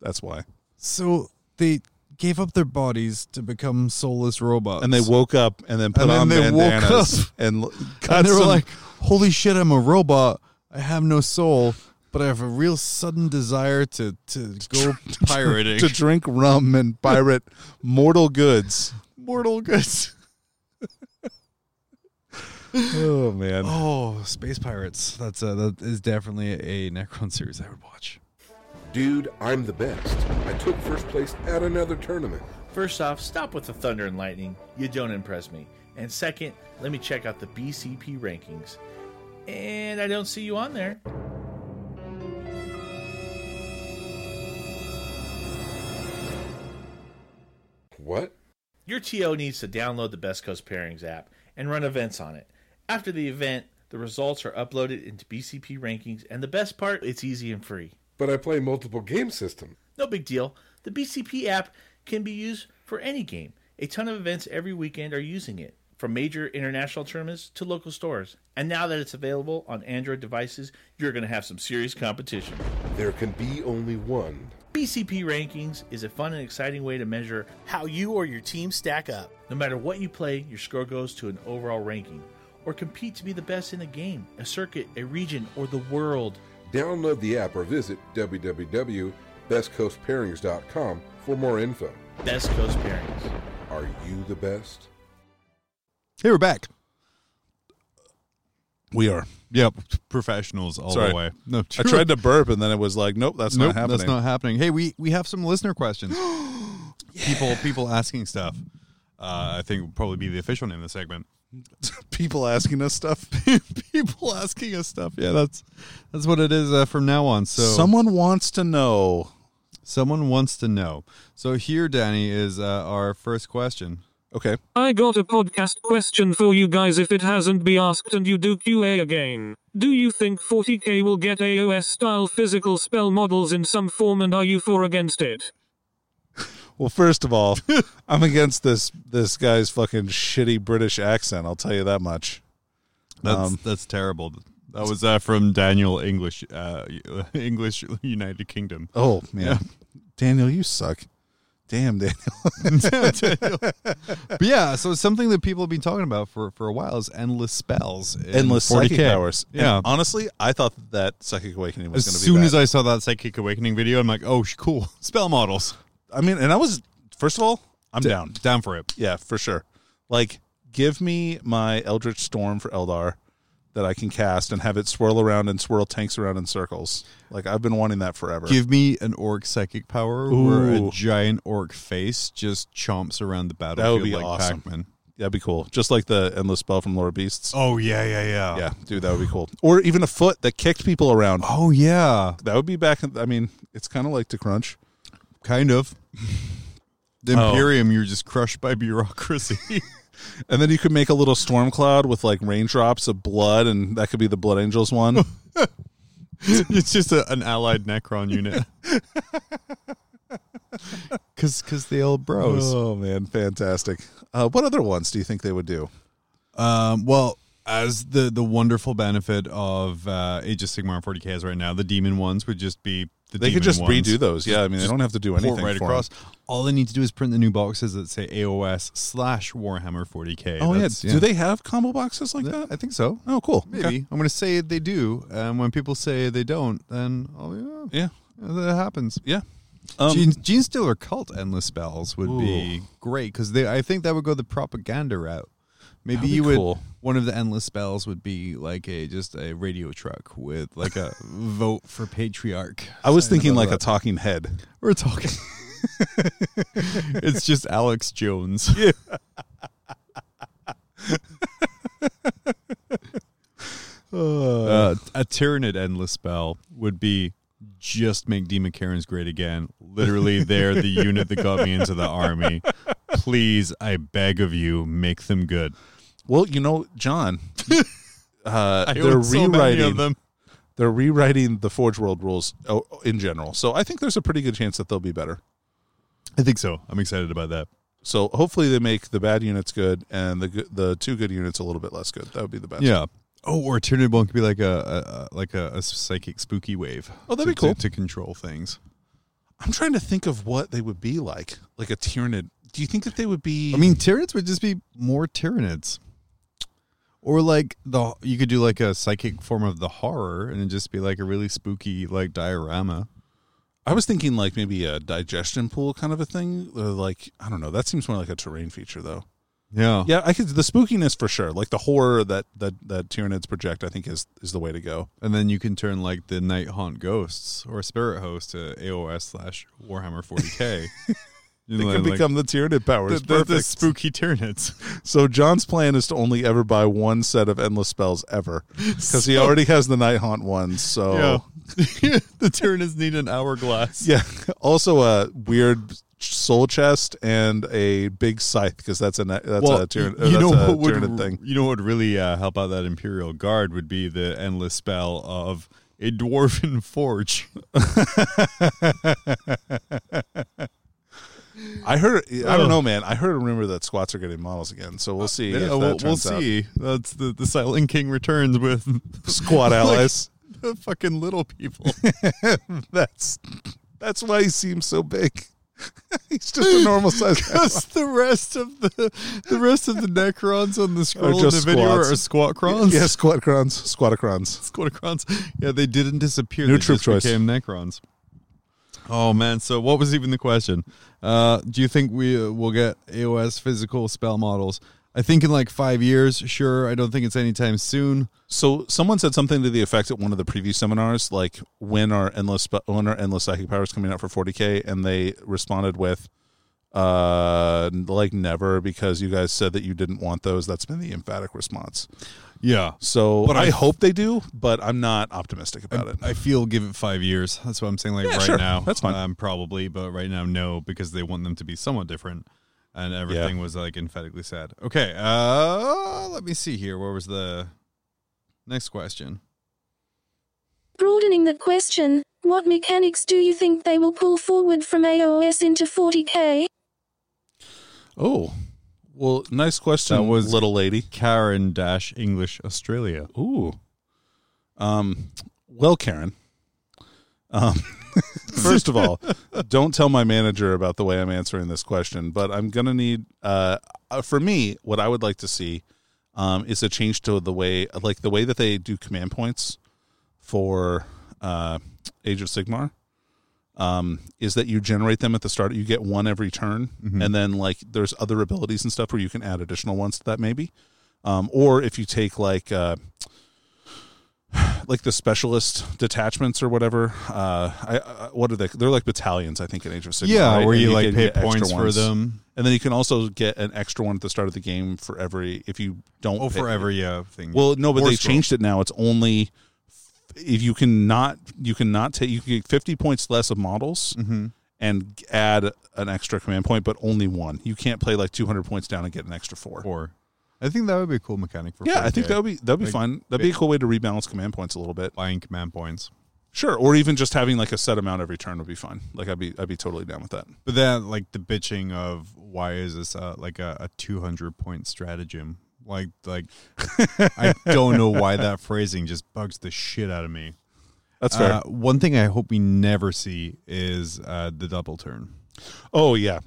S2: that's why.
S1: so they gave up their bodies to become soulless robots,
S2: And they woke up and then put
S1: And then
S2: on
S1: they woke
S2: bandanas
S1: up.
S2: and l- cut
S1: and they were
S2: some-
S1: like, "Holy shit, I'm a robot. I have no soul, but I have a real sudden desire to to go pirating
S2: to drink rum and pirate mortal goods.
S1: mortal goods."
S2: Oh man.
S1: Oh, space pirates. That's uh, that is definitely a Necron series I would watch.
S5: Dude, I'm the best. I took first place at another tournament.
S6: First off, stop with the thunder and lightning. You don't impress me. And second, let me check out the BCP rankings. And I don't see you on there.
S5: What?
S6: Your TO needs to download the Best Coast Pairings app and run events on it. After the event, the results are uploaded into BCP rankings, and the best part, it's easy and free.
S5: But I play multiple game system.
S6: No big deal. The BCP app can be used for any game. A ton of events every weekend are using it, from major international tournaments to local stores. And now that it's available on Android devices, you're going to have some serious competition.
S5: There can be only one.
S6: BCP Rankings is a fun and exciting way to measure how you or your team stack up. No matter what you play, your score goes to an overall ranking, or compete to be the best in a game, a circuit, a region, or the world.
S5: Download the app or visit www.bestcoastpairings.com for more info.
S6: Best Coast Pairings.
S5: Are you the best?
S1: Hey, we're back.
S2: We are.
S1: Yep, professionals all
S2: Sorry.
S1: the way. No,
S2: I tried to burp and then it was like, nope, that's
S1: nope,
S2: not happening.
S1: that's not happening. Hey, we we have some listener questions. People people asking stuff. Uh, I think would probably be the official name of the segment.
S2: People asking us stuff.
S1: people asking us stuff. Yeah, that's that's what it is uh, from now on. So
S2: Someone wants to know.
S1: someone wants to know. So here, Danny is uh, our first question.
S2: Okay.
S7: I got a podcast question for you guys if it hasn't been asked and you do QA again. Do you think 40k will get AOS style physical spell models in some form and are you for or against it?
S2: Well, first of all, I'm against this this guy's fucking shitty British accent. I'll tell you that much.
S1: That's
S2: Um,
S1: that's terrible. That was uh, from Daniel English, uh, English United Kingdom.
S2: Oh man, Daniel, you suck. Damn, Daniel.
S1: but yeah, so it's something that people have been talking about for, for a while is endless spells, in
S2: Endless psychic
S1: 40K.
S2: powers. And
S1: Yeah.
S2: honestly, I thought that, that psychic awakening was
S1: as
S2: going to be.
S1: soon
S2: bad.
S1: as I saw that psychic awakening video, I'm like, oh, sh- cool, spell models.
S2: I mean, and I was first of all, I'm down.
S1: down for it.
S2: Yeah, for sure. Like, give me my Eldritch Storm for Eldar that I can cast and have it swirl around and swirl tanks around in circles. Like, I've been wanting that forever.
S1: Give me an orc psychic power where a
S2: Ooh.
S1: giant orc face just chomps around the battlefield
S2: be
S1: like
S2: awesome.
S1: Pac-Man.
S2: That'd be cool. Just like the endless spell from Lord of Beasts.
S1: Oh yeah, yeah, yeah.
S2: Yeah, dude, that would be cool. Or even a foot that kicked people around.
S1: Oh yeah,
S2: That would be back. I mean, it's kind of like to crunch.
S1: kind of. The
S2: Oh.
S1: Imperium, you're just crushed by bureaucracy.
S2: And then you could make a little storm cloud with like raindrops of blood, and that could be the Blood Angels one.
S1: it's just a, an allied Necron unit. Cause, cause they all bros.
S2: oh man, fantastic! Uh, what other ones do you think they would do?
S1: Um, well, as the the wonderful benefit of uh, Age of Sigmar and 40k is right now, the demon ones would just be the
S2: They
S1: demon
S2: could just
S1: ones.
S2: redo those. Yeah, I mean, they
S1: Just
S2: don't have to do
S1: Port
S2: anything
S1: right
S2: for 'em.
S1: across. All they need to do is print the new boxes that say AOS slash Warhammer 40k.
S2: Oh yeah.
S1: That's-
S2: do they have combo boxes like
S1: Yeah,
S2: that?
S1: Uh, I think so.
S2: Oh, cool.
S1: Maybe
S2: Okay.
S1: I'm going to say they do, and when people say they don't, then oh yeah,
S2: Yeah,
S1: that happens.
S2: yeah. Um,
S1: Gene, Gene Stealer cult endless spells would be great because they I think that would go the propaganda route. Maybe
S2: That'd be
S1: you would
S2: cool.
S1: one of the endless spells would be like a just a radio truck with like a vote for patriarch.
S2: I was
S1: sign
S2: thinking
S1: above
S2: like a
S1: it.
S2: talking head.
S1: we're talking. it's just Alex Jones. Yeah. uh, a Tyranid endless spell would be just make Demon Karens great again. Literally, they're the unit that got me into the army. Please, I beg of you, make them good.
S2: Well, you know, John, uh, they're
S1: own so
S2: rewriting
S1: many of them.
S2: They're rewriting the Forge World rules oh, in general. So I think there's a pretty good chance that they'll be better.
S1: I think so. I'm excited about that.
S2: So hopefully they make the bad units good and the good- the two good units a little bit less good. That would be the best.
S1: Yeah. Oh, or Tyranid one could be like a, a, a like a, a psychic spooky wave.
S2: Oh, that'd
S1: to-
S2: be cool.
S1: to, to control things.
S2: I'm trying to think of what they would be like, like a Tyranid. Do you think that they would be?
S1: I mean, Tyranids would just be more Tyranids. Or like the you could do like a psychic form of the horror and it'd just be like a really spooky like diorama.
S2: I was thinking like maybe a digestion pool kind of a thing. Or like I don't know. That seems more like a terrain feature though.
S1: Yeah.
S2: Yeah, I could the spookiness for sure. Like the horror that that that Tyranids project, I think is is the way to go.
S1: And then you can turn like the night haunt ghosts or spirit host to AOS slash Warhammer 40k. You
S2: They
S1: know,
S2: can
S1: like
S2: become the Tyranid
S1: the,
S2: powers.
S1: the, the
S2: Perfect.
S1: spooky Tyranids.
S2: so John's plan is to only ever buy one set of endless spells ever because he already has the Night Haunt ones. So
S1: Yeah. the Tyranids need an hourglass.
S2: Yeah. Also a weird soul chest and a big scythe because that's a that's a Tyran- uh,
S1: you know
S2: that's a
S1: what would
S2: Tyranid thing.
S1: you know what would really uh, help out that Imperial Guard would be the endless spell of a dwarven forge.
S2: I heard. I don't know, man. I heard a rumor that squats are getting models again. So we'll see.
S1: oh.
S2: if
S1: Uh, Yeah,
S2: that
S1: we'll, we'll
S2: turns out.
S1: see. That's the the Silent King returns with
S2: Squat allies.
S1: the fucking little people.
S2: that's that's why he seems so big. He's just a normal size. guy.
S1: Because the rest of the the rest of the Necrons on the scroll in the
S2: just
S1: video are
S2: squats.
S1: Squatcrons.
S2: Yeah, squat crons, squatacrons.
S1: Squatacrons. Yeah, they didn't disappear.
S2: New
S1: they
S2: troop
S1: just
S2: choice.
S1: became Necrons. Oh man! So what was even the question? Uh, do you think we uh, will get AOS physical spell models? I think in like five years. Sure, I don't think it's anytime soon.
S2: So someone said something to the effect at one of the preview seminars, like when are endless spe- when are endless psychic powers coming out for 40k, and they responded with, uh, like never because you guys said that you didn't want those. That's been the emphatic response.
S1: Yeah,
S2: So
S1: But
S2: I,
S1: I-
S2: hope they do, but I'm not optimistic about it.
S1: I feel give it five years. That's what I'm saying. Like
S2: Yeah,
S1: right
S2: sure.
S1: now,
S2: That's fine.
S1: Um, probably, but right now, no, because they want them to be somewhat different. And everything was like emphatically said. Okay, uh, let me see here. Where was the next question?
S8: Broadening the question, what mechanics do you think they will pull forward from AOS into 40k?
S2: oh, well, nice question,
S1: That was-
S2: little lady.
S1: Karen Dash English Australia.
S2: Ooh. Um, well, Karen. Um, first of all, don't tell my manager about the way I'm answering this question, but I'm gonna need uh, uh, for me what I would like to see um, is a change to the way like the way that they do command points for uh, Age of Sigmar. Um, is that you generate them at the start? You get one every turn,
S1: Mm-hmm.
S2: and then like there's other abilities and stuff where you can add additional ones to that maybe um, or if you take like uh, like the specialist detachments or whatever. Uh, I, I what are they? They're like battalions, I think, in Age of Sigmar.
S1: yeah,
S2: right?
S1: where
S2: And
S1: you, like
S2: can
S1: pay
S2: get extra
S1: points for
S2: ones.
S1: them.
S2: and then you can also get an extra one at the start of the game for every if you don't.
S1: Oh,
S2: pay-
S1: for every uh, thing.
S2: Well, no, but
S1: War
S2: they
S1: scroll.
S2: changed it now. It's only if you cannot you cannot take you can get fifty points less of models
S1: Mhm.
S2: and add an extra command point, but only one. You can't play like two hundred points down and get an extra four.
S1: Four. I think that would be a cool mechanic for.
S2: Yeah, I
S1: 40K,
S2: think that would be that'd be
S1: Like,
S2: fun. That'd be a cool way to rebalance command points a little bit.
S1: buying command points.
S2: Sure, or even just having like a set amount every turn would be fun. Like I'd be I'd be totally down with that.
S1: But then, like the bitching of why is this uh, like a, a two hundred point stratagem? Like, like I don't know why that phrasing just bugs the shit out of me.
S2: That's fair.
S1: Uh, one thing I hope we never see is uh, the double turn.
S2: oh yeah.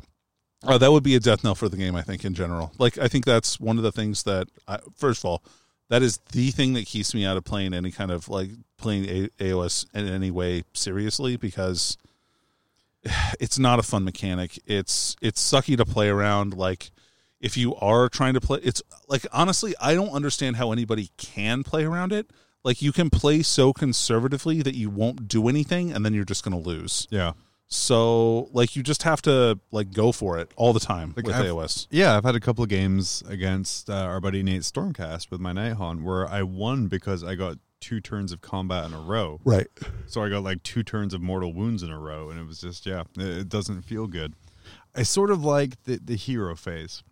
S2: Uh, that would be a death knell for the game, I think, in general. Like, I think that's one of the things that, I, first of all, that is the thing that keeps me out of playing any kind of like playing a- AOS in any way seriously because it's not a fun mechanic. It's it's sucky to play around. Like, if you are trying to play, it's like honestly, I don't understand how anybody can play around it. Like, you can play so conservatively that you won't do anything, and then you're just going to lose.
S1: Yeah,
S2: So like you just have to like go for it all the time
S1: Like,
S2: with
S1: I've-
S2: AOS.
S1: yeah. I've had a couple of games against uh, our buddy Nate Stormcast with my Nighthawk where I won because I got two turns of combat in a row.
S2: Right.
S1: So I got like two turns of mortal wounds in a row, and it was just yeah, it, it doesn't feel good. I sort of like the the hero phase.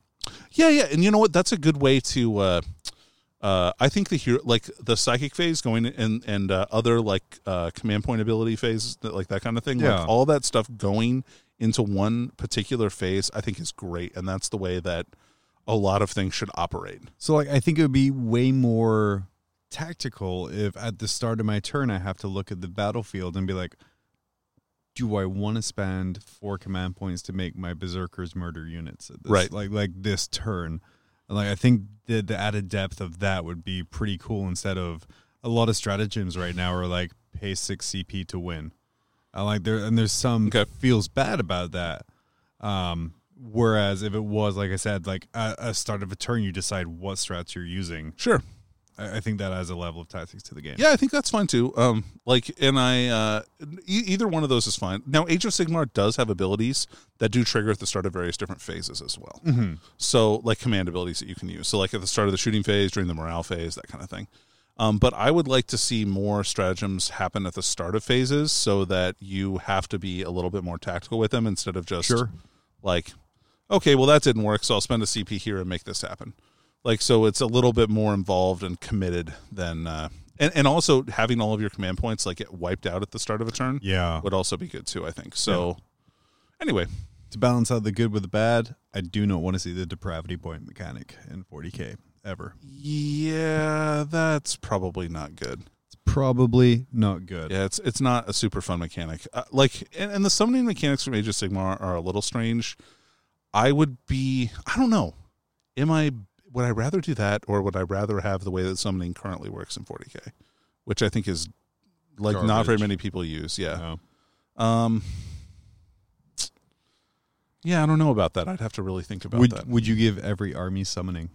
S2: Yeah, yeah. And you know what? That's a good way to uh uh I think the hero like the psychic phase going and and uh, other like uh command point ability phases that like that kind of thing.
S1: Yeah.
S2: Like all that stuff going into one particular phase I think is great and that's the way that a lot of things should operate.
S1: So like I think it would be way more tactical if at the start of my turn I have to look at the battlefield and be like do I want to spend four command points to make my berserkers murder units at this,
S2: Right.
S1: like like this turn? And like I think the the added depth of that would be pretty cool instead of a lot of stratagems right now are like pay 6 CP to win. I like there and there's some
S2: Okay.
S1: feels bad about that. Um, whereas if it was, like I said, like a, a start of a turn, you decide what strats you're using.
S2: Sure.
S1: I, I think that adds a level of tactics to the game.
S2: Yeah, I think that's fine too. Um, like, and I uh, e- either one of those is fine. Now, Age of Sigmar does have abilities that do trigger at the start of various different phases as well.
S1: Mm-hmm.
S2: So, like command abilities that you can use. So, like at the start of the shooting phase, during the morale phase, that kind of thing. Um, but I would like to see more stratagems happen at the start of phases, so that you have to be a little bit more tactical with them instead of just
S1: Sure.
S2: like, okay, well that didn't work, so I'll spend a CP here and make this happen like so it's a little bit more involved and committed than uh and, and also having all of your command points like get wiped out at the start of a turn
S1: Yeah.
S2: would also be good too i think so anyway
S1: To balance out the good with the bad, I do not want to see the depravity point mechanic in 40K ever.
S2: yeah that's probably not good
S1: It's probably not good.
S2: yeah it's it's not a super fun mechanic uh, like and, and the summoning mechanics from age of sigmar are a little strange i would be i don't know am i would i rather do that or would i rather have the way that summoning currently works in 40k which i think is like not very
S1: Garbage.
S2: many people use yeah
S1: No.
S2: Um, yeah, I don't know about that. I'd have to really think about
S1: Would,
S2: that.
S1: would you give every army summoning?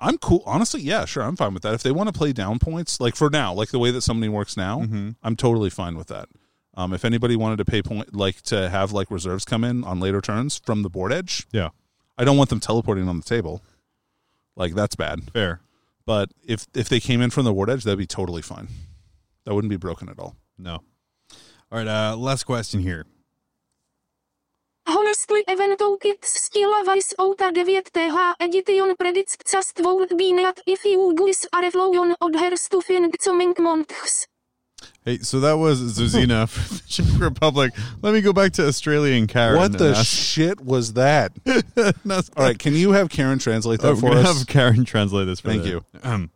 S2: I'm cool, honestly. Yeah, sure, I'm fine with that. If they want to play down points, like for now, like the way that somebody works now,
S1: Mm-hmm.
S2: I'm totally fine with that. Um, if anybody wanted to pay point, like to have like reserves come in on later turns from the board edge,
S1: Yeah.
S2: I don't want them teleporting on the table. Like that's bad.
S1: Fair.
S2: But if if they came in from the board edge, that'd be totally fine. That wouldn't be broken at all.
S1: No. All right. Uh, last question here.
S8: Honestly eventual gifts skill vice outa 9 TH edition predits just would be not if you guys are flown od herstu fin coming months.
S1: Hey, so that was Zuzina from the Czech Republic. Let me go back to Australian Karen.
S2: what
S1: and
S2: the
S1: ask-
S2: shit was that? All right, can you have Karen translate that
S1: Oh,
S2: for
S1: we're gonna
S2: us?
S1: have Karen translate this. For
S2: Thank
S1: the- Um,
S2: you.
S1: Ahem.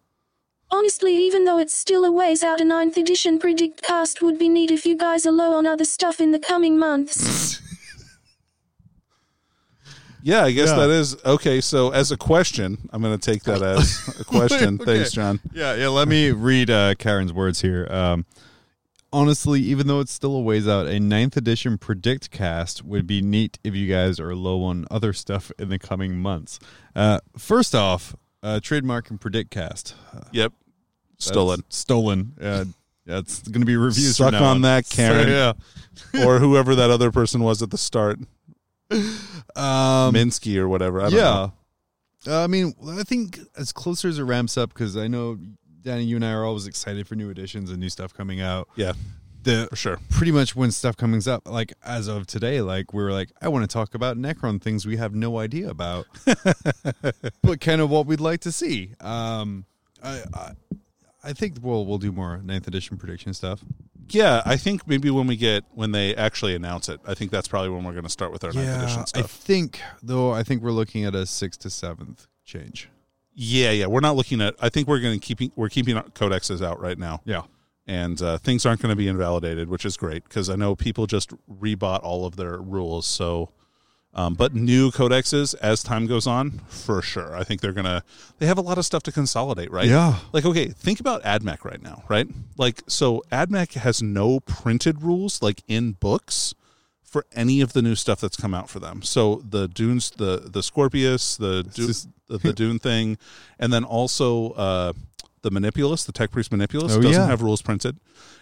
S8: Honestly even though it's still a ways out a 9th edition predict cast would be neat if you guys are low on other stuff in the coming months.
S2: Yeah, I guess
S1: Yeah.
S2: that is okay. So, as a question, I'm going to take that as a question.
S1: Okay.
S2: Thanks, John.
S1: Yeah, yeah. Let me read uh, Karen's words here. Um, honestly, even though it's still a ways out, a ninth edition predict cast would be neat if you guys are low on other stuff in the coming months. Uh, first off, uh, trademark and predict cast.
S2: Yep, Stolen.
S1: Stolen. Yeah, yeah it's going to be reviews. from
S2: Suck
S1: now
S2: on that, Karen.
S1: So,
S2: or whoever that other person was at the start,
S1: yeah. Um,
S2: Minsky or whatever. I don't
S1: yeah.
S2: know.
S1: Uh, I mean, I think as closer as it ramps up, because I know Danny, you and I are always excited for new editions and new stuff coming out.
S2: Yeah.
S1: The
S2: For sure.
S1: pretty much when stuff comes up, like as of today, like we were like, I want to talk about Necron things we have no idea about, but kind of what we'd like to see. Um, I, I, I think we'll we'll do more ninth edition prediction stuff.
S2: Yeah, I think maybe when we get when they actually announce it, I think that's probably when we're going to start with our ninth edition
S1: I
S2: stuff.
S1: think though I think we're looking at a sixth to seventh change.
S2: yeah, yeah, we're not looking at. I think we're going to keeping we're keeping our codexes out right now,
S1: Yeah,
S2: and uh, things aren't going to be invalidated, which is great because I know people just rebought all of their rules. So, um, but new codexes as time goes on, for sure. I think they're gonna they have a lot of stuff to consolidate, right?
S1: Yeah.
S2: Like, okay, think about AdMac right now, right? Like, so AdMac has no printed rules, like in books, for any of the new stuff that's come out for them. So the Dunes, the the Scorpius, the Dune,
S1: just-
S2: the, the Dune thing, and then also uh, the Manipulus, the Tech Priest Manipulus,
S1: Oh,
S2: doesn't
S1: yeah.
S2: have rules printed.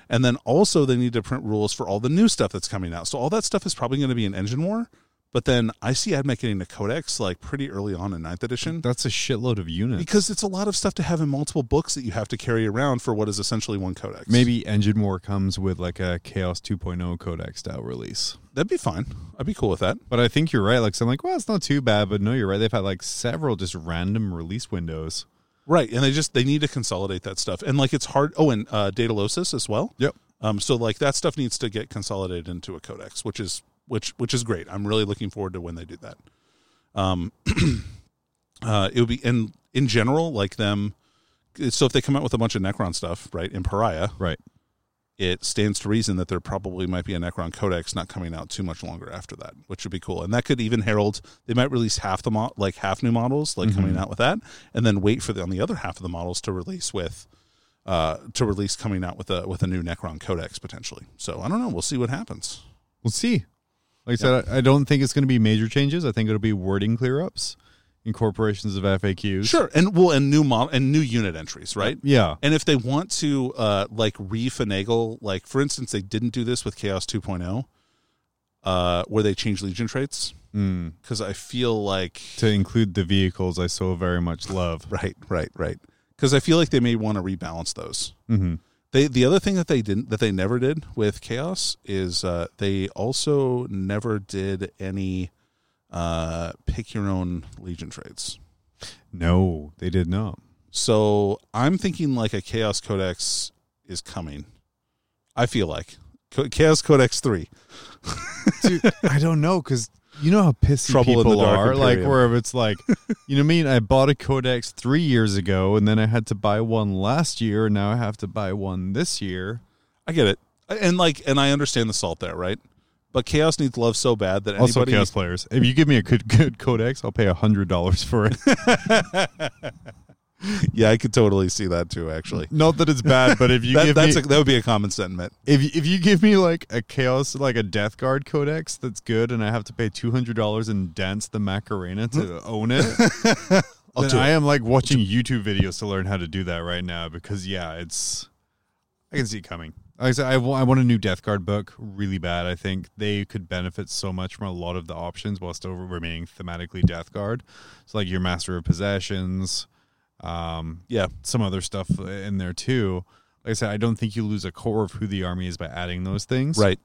S2: And then also they need to print rules for all the new stuff that's coming out. So all that stuff is probably going to be in Engine War. But then I see AdMac getting the Codex like pretty early on in Ninth Edition
S1: that's a shitload of units.
S2: because it's a lot of stuff to have in multiple books that you have to carry around for what is essentially one codex.
S1: Maybe Engine War comes with like a Chaos 2.0 Codex style release.
S2: that'd be fine. I'd be cool with that.
S1: But I think you're right. Like, so I'm like, well, it's not too bad. But no, you're right. They've had like several just random release windows.
S2: Right, and they just they need to consolidate that stuff, and like it's hard. Oh, and uh, Datalosis as well.
S1: Yep.
S2: Um, so like that stuff needs to get consolidated into a codex, which is which which is great. I'm really looking forward to when they do that. Um, uh, it would be in in general like them. So if they come out with a bunch of Necron stuff, right, in Pariah,
S1: Right.
S2: it stands to reason that there probably might be a Necron Codex not coming out too much longer after that, which would be cool. And that could even herald they might release half the mo- like half new models like coming out with that, and then wait for the on the other half of the models to release with uh to release coming out with a with a new Necron Codex potentially. So I don't know. We'll see what happens.
S1: We'll see. Like I said, I I don't think it's going to be major changes. I think it'll be wording clear ups, incorporations of FAQs.
S2: Sure, and well, and new model and new unit entries, right?
S1: Yeah.
S2: And if they want to uh, like refinagle, like for instance, they didn't do this with Chaos 2.0, uh, where they changed Legion traits.
S1: Mm.
S2: because I feel like
S1: To include the vehicles I so very much love.
S2: right, right, right. Because I feel like they may want to rebalance those.
S1: Mm-hmm.
S2: They the other thing that they didn't that they never did with chaos is uh, they also never did any uh, pick your own legion trades.
S1: No, they did not.
S2: So I'm thinking like a chaos codex is coming. I feel like Co- chaos codex three.
S1: Dude, I don't know because you know how pissy
S2: Trouble in
S1: people
S2: the Dark
S1: are. Like
S2: Imperium.
S1: where it's like, you know, what I mean, I bought a codex three years ago, and then I had to buy one last year, and now I have to buy one this year.
S2: I get it, and like and I understand the salt there, right? But chaos needs love so bad that
S1: Also,
S2: anybody
S1: chaos players. If you give me a good good codex, I'll pay a hundred dollars for it.
S2: yeah, I could totally see that too. Actually,
S1: Not that it's bad, but if you
S2: that,
S1: give
S2: that's
S1: me
S2: a, that would be a common sentiment.
S1: if if you give me like a chaos like a death guard codex that's good, and I have to pay two hundred dollars and dance the Macarena to own it. then
S2: do
S1: I am like watching YouTube videos to learn how to do that right now because yeah, it's I can see it coming. Like I said, I wa- I want a new Death Guard book really bad. I think they could benefit so much from a lot of the options while still remaining thematically Death Guard. So like your Master of Possessions, um,
S2: Yeah,
S1: some other stuff in there too. Like I said, I don't think you lose a core of who the army is by adding those things.
S2: right.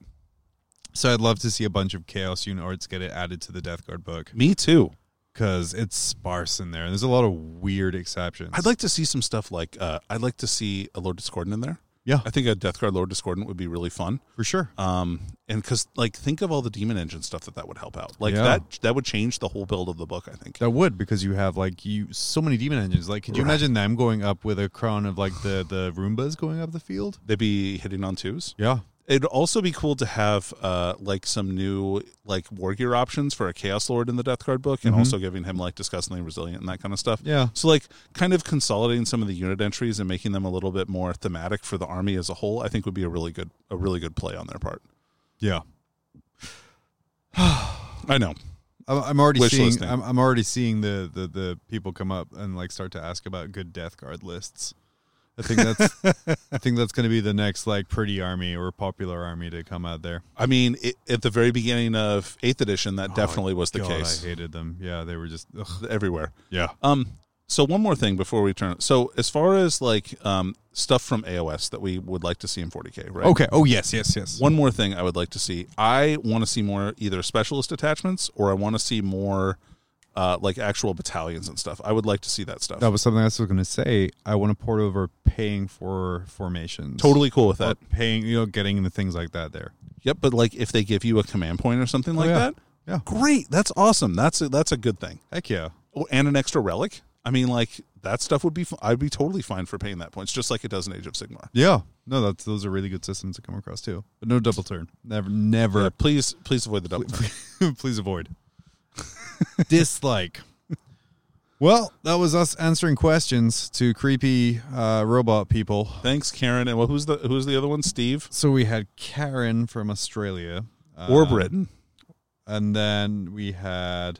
S1: So I'd love to see a bunch of Chaos Unit Arts get it added to the Death Guard book
S2: Me too.
S1: because it's sparse in there. There's a lot of weird exceptions.
S2: I'd like to see some stuff like uh, I'd like to see a Lord Discordant in there.
S1: Yeah.
S2: I think a Death Guard Lord Discordant would be really fun.
S1: for sure.
S2: Um, and because like think of all the Demon Engine stuff that that would help out. Like
S1: Yeah.
S2: that that would change the whole build of the book. I think.
S1: That would because you have like you so many demon engines. Like, could you imagine them going up with a crown of like the the Roombas going up the field?
S2: They'd be hitting on twos.
S1: Yeah,
S2: It'd also be cool to have uh like some new like war gear options for a Chaos Lord in the Death Guard book, and also giving him like disgustingly resilient and that kind of stuff.
S1: Mm-hmm. yeah.
S2: So like kind of consolidating some of the unit entries and making them a little bit more thematic for the army as a whole, I think would be a really good a really good play on their part.
S1: Yeah,
S2: I know.
S1: I'm, I'm already
S2: Wish
S1: seeing.
S2: listing.
S1: I'm, I'm already seeing the, the the people come up and like start to ask about good death guard lists. I think that's I think that's going to be the next like pretty army or popular army to come out there.
S2: I mean, it, at the very beginning of Eighth Edition, that Oh, definitely was the
S1: Oh, God,
S2: case
S1: I hated them. Yeah, they were just ugh.
S2: everywhere.
S1: yeah.
S2: Um, so one more thing before we turn. So as far as like um stuff from AOS that we would like to see in 40k, right?
S1: Okay. Oh yes, yes, yes.
S2: One more thing I would like to see. I want to see more either specialist attachments or I want to see more uh like actual battalions and stuff. I would like to see that stuff.
S1: That was something I was going to say. I want to port over paying for formations.
S2: totally cool with
S1: Or
S2: that.
S1: paying, you know, getting the things like that there. Oh,
S2: Yep, but like if they give you a command point or something like
S1: yeah.
S2: that,
S1: Yeah.
S2: great. That's awesome. That's a, that's a good thing.
S1: Heck yeah.
S2: Oh, and an extra relic. I mean, like that stuff would be. fi- I'd be totally fine for paying that points, just like it does in Age of Sigmar.
S1: Yeah. No, that's those are really good systems to come across too. But no double turn. Never never
S2: Yeah, please, please avoid the double. turn.
S1: please avoid. Dislike. Well, that was us answering questions to creepy uh, robot people.
S2: Thanks, Karen. And well, who's the who's the other one? Steve
S1: So we had Karen from Australia. Uh,
S2: or Britain?
S1: And then we had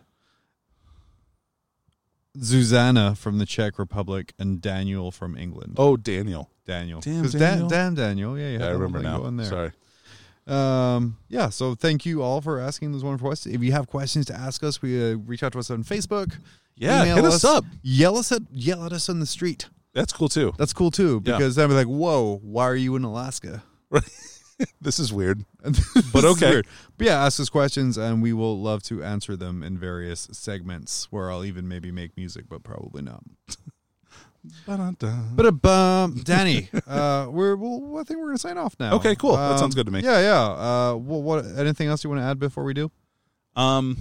S1: Zuzana from the Czech Republic and Daniel from England.
S2: Oh, Daniel.
S1: Daniel.
S2: damn
S1: 'Cause
S2: Daniel.
S1: damn Daniel. Yeah, you had
S2: I
S1: the whole
S2: remember
S1: thing
S2: now.
S1: going there.
S2: Sorry.
S1: Um, yeah, so thank you all for asking those wonderful questions. If you have questions to ask us, we uh, reach out to us on Facebook.
S2: Yeah,
S1: Email
S2: hit us up.
S1: Yell us at yell at us on the street.
S2: That's cool too.
S1: That's cool too,
S2: Yeah.
S1: because I'd be like, "Whoa, why are you in Alaska?"
S2: This is weird.
S1: but
S2: okay.
S1: But yeah, ask us questions, and we will love to answer them in various segments where I'll even maybe make music, but probably not.
S2: Ba-dun-dun.
S1: But a bum, Danny. uh, we're well, I think we're gonna sign off now. Um,
S2: Okay, cool. That sounds good to me.
S1: Yeah, yeah. Uh, well, what? Anything else you want to add before we do?
S2: Um,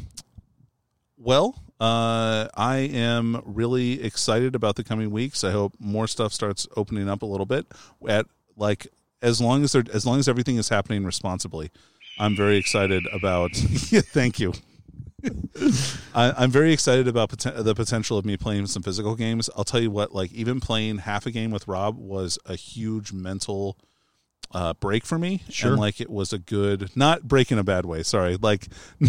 S2: well, uh, I am really excited about the coming weeks. I hope more stuff starts opening up a little bit. At like as long as they're as long as everything is happening responsibly, I'm very excited about. yeah, thank you. I, I'm very excited about poten- the potential of me playing some physical games. I'll tell you what, like even playing half a game with Rob was a huge mental uh, break for me.
S1: Sure.
S2: And like it was a good, not break in a bad way. Sorry. Like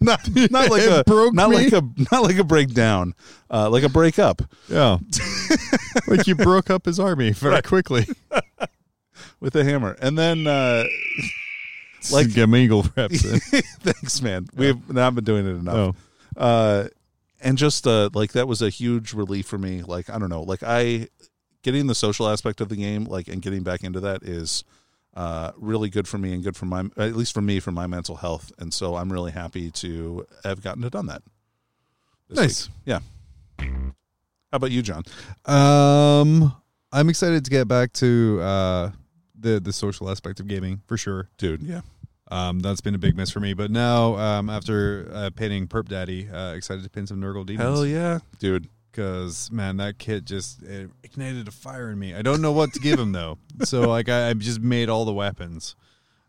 S2: not, not like
S1: It
S2: a,
S1: broke
S2: not
S1: me.
S2: like a, not like a breakdown, uh, like a breakup,
S1: Yeah. like you broke up his army very quickly.
S2: with a hammer. And then, uh,
S1: Like Gamigal reps.
S2: thanks man. We've not been doing it enough.
S1: Oh.
S2: uh and just uh like that was a huge relief for me like i don't know like i getting the social aspect of the game like and getting back into that is uh really good for me and good for my at least for me for my mental health and so i'm really happy to have gotten to done that this
S1: Nice.
S2: week. yeah how about you john
S1: Um I'm excited to get back to uh the the social aspect of gaming for sure.
S2: dude yeah
S1: Um that's been a big miss for me, but now um after uh, painting Perp Daddy, uh excited to pin some Nurgle
S2: hell
S1: demons
S2: yeah dude
S1: cuz man that kit just it ignited a fire in me. I don't know what to give him though. So like I, I just made all the weapons.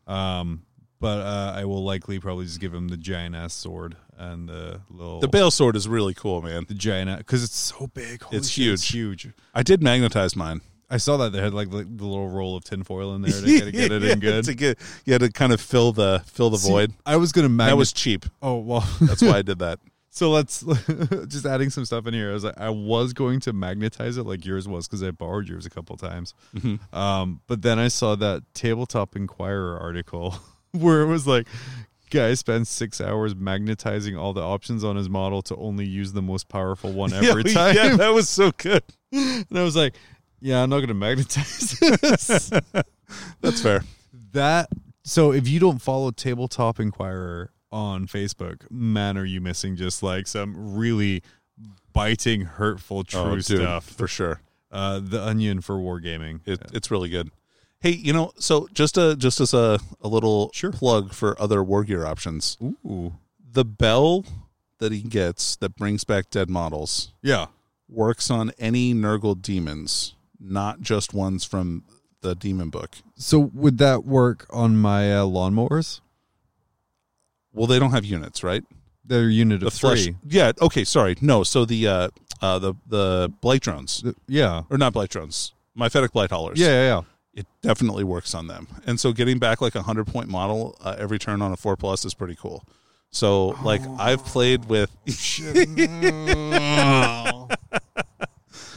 S1: Um but uh, I will likely probably just give him the giant ass sword and the little
S2: the bail sword is really cool man
S1: the giant because it's so big. Holy
S2: It's
S1: shit, It's
S2: huge.
S1: huge.
S2: i did magnetize mine
S1: I saw that they had like the, the little roll of tinfoil in there to get, get it
S2: Yeah,
S1: in good.
S2: to get yeah to kind of fill the fill the
S1: See,
S2: void
S1: I was gonna magnet.
S2: that was cheap
S1: oh well.
S2: that's why i did that
S1: so let's just adding some stuff in here. I was like, I was going to magnetize it like yours was because I borrowed yours a couple times.
S2: Mm-hmm.
S1: Um, but then I saw that tabletop Inquirer article where it was like. Guy spends six hours magnetizing all the options on his model to only use the most powerful one every
S2: yeah,
S1: time.
S2: Yeah, that was so good.
S1: And I was like, yeah, I'm not going to magnetize this.
S2: That's fair.
S1: that, so if you don't follow Tabletop Inquirer on Facebook, man, are you missing just like some really biting, hurtful, true
S2: Oh, dude,
S1: stuff.
S2: for sure.
S1: Uh, the Onion for Wargaming.
S2: It, It's really good. Hey, you know, so just a just as a, a little plug for other war gear options,
S1: Ooh.
S2: the bell that he gets that brings back dead models
S1: Yeah.
S2: works on any Nurgle demons, not just ones from the demon book.
S1: So would that work on my uh, lawnmowers?
S2: Well, they don't have units, right?
S1: Their unit
S2: The
S1: of
S2: flesh.
S1: three.
S2: Yeah. Okay. Sorry. No. So the uh, uh, the the blight drones
S1: The- yeah.
S2: or not blight drones, myphetic blight haulers.
S1: Yeah, yeah, yeah.
S2: it definitely works on them. And so getting back like a hundred point model uh, every turn on a four plus is pretty cool. So
S1: Oh.
S2: like I've played with.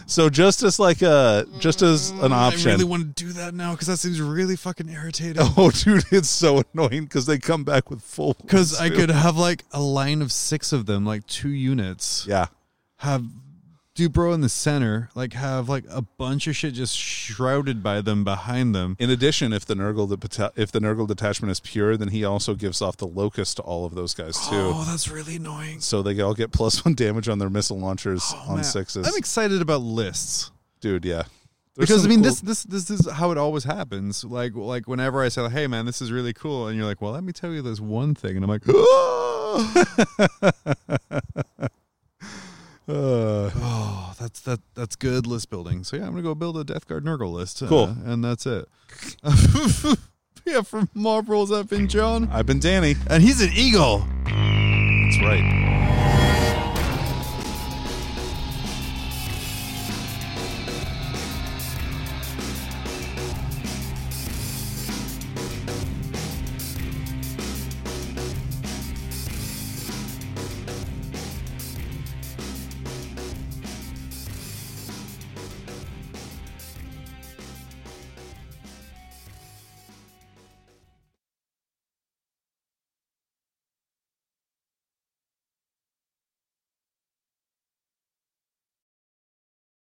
S2: So just as like a just as an option.
S1: Mm, I really want to do that now because that seems really fucking irritating.
S2: oh, dude, it's so annoying because they come back with full.
S1: Because
S2: ones,
S1: I
S2: too.
S1: could have like a line of six of them, like two units.
S2: Yeah.
S1: Have Dubro in the center, like have like a bunch of shit just shrouded by them behind them.
S2: In addition, if the Nurgle the pata- if the Nurgle detachment is pure, then he also gives off the locust to all of those guys too.
S1: Oh, that's really annoying.
S2: So they all get plus one damage on their missile launchers on
S1: Oh, Man,
S2: sixes.
S1: I'm excited about lists.
S2: Dude, yeah. There's
S1: Because I
S2: some
S1: mean,
S2: cool-
S1: this this this is how it always happens. Like like whenever I say, "Hey man, this is really cool," and you're like, "Well, let me tell you this one thing," and I'm like, "Ah!"
S2: Uh,
S1: "Oh, that's that that's good list building." So yeah, I'm gonna go build a Death Guard Nurgle list. uh,
S2: Cool.
S1: and that's it. yeah, from Mob Rolls, I've been John,
S2: I've been Danny.
S1: and he's an eagle.
S2: That's right.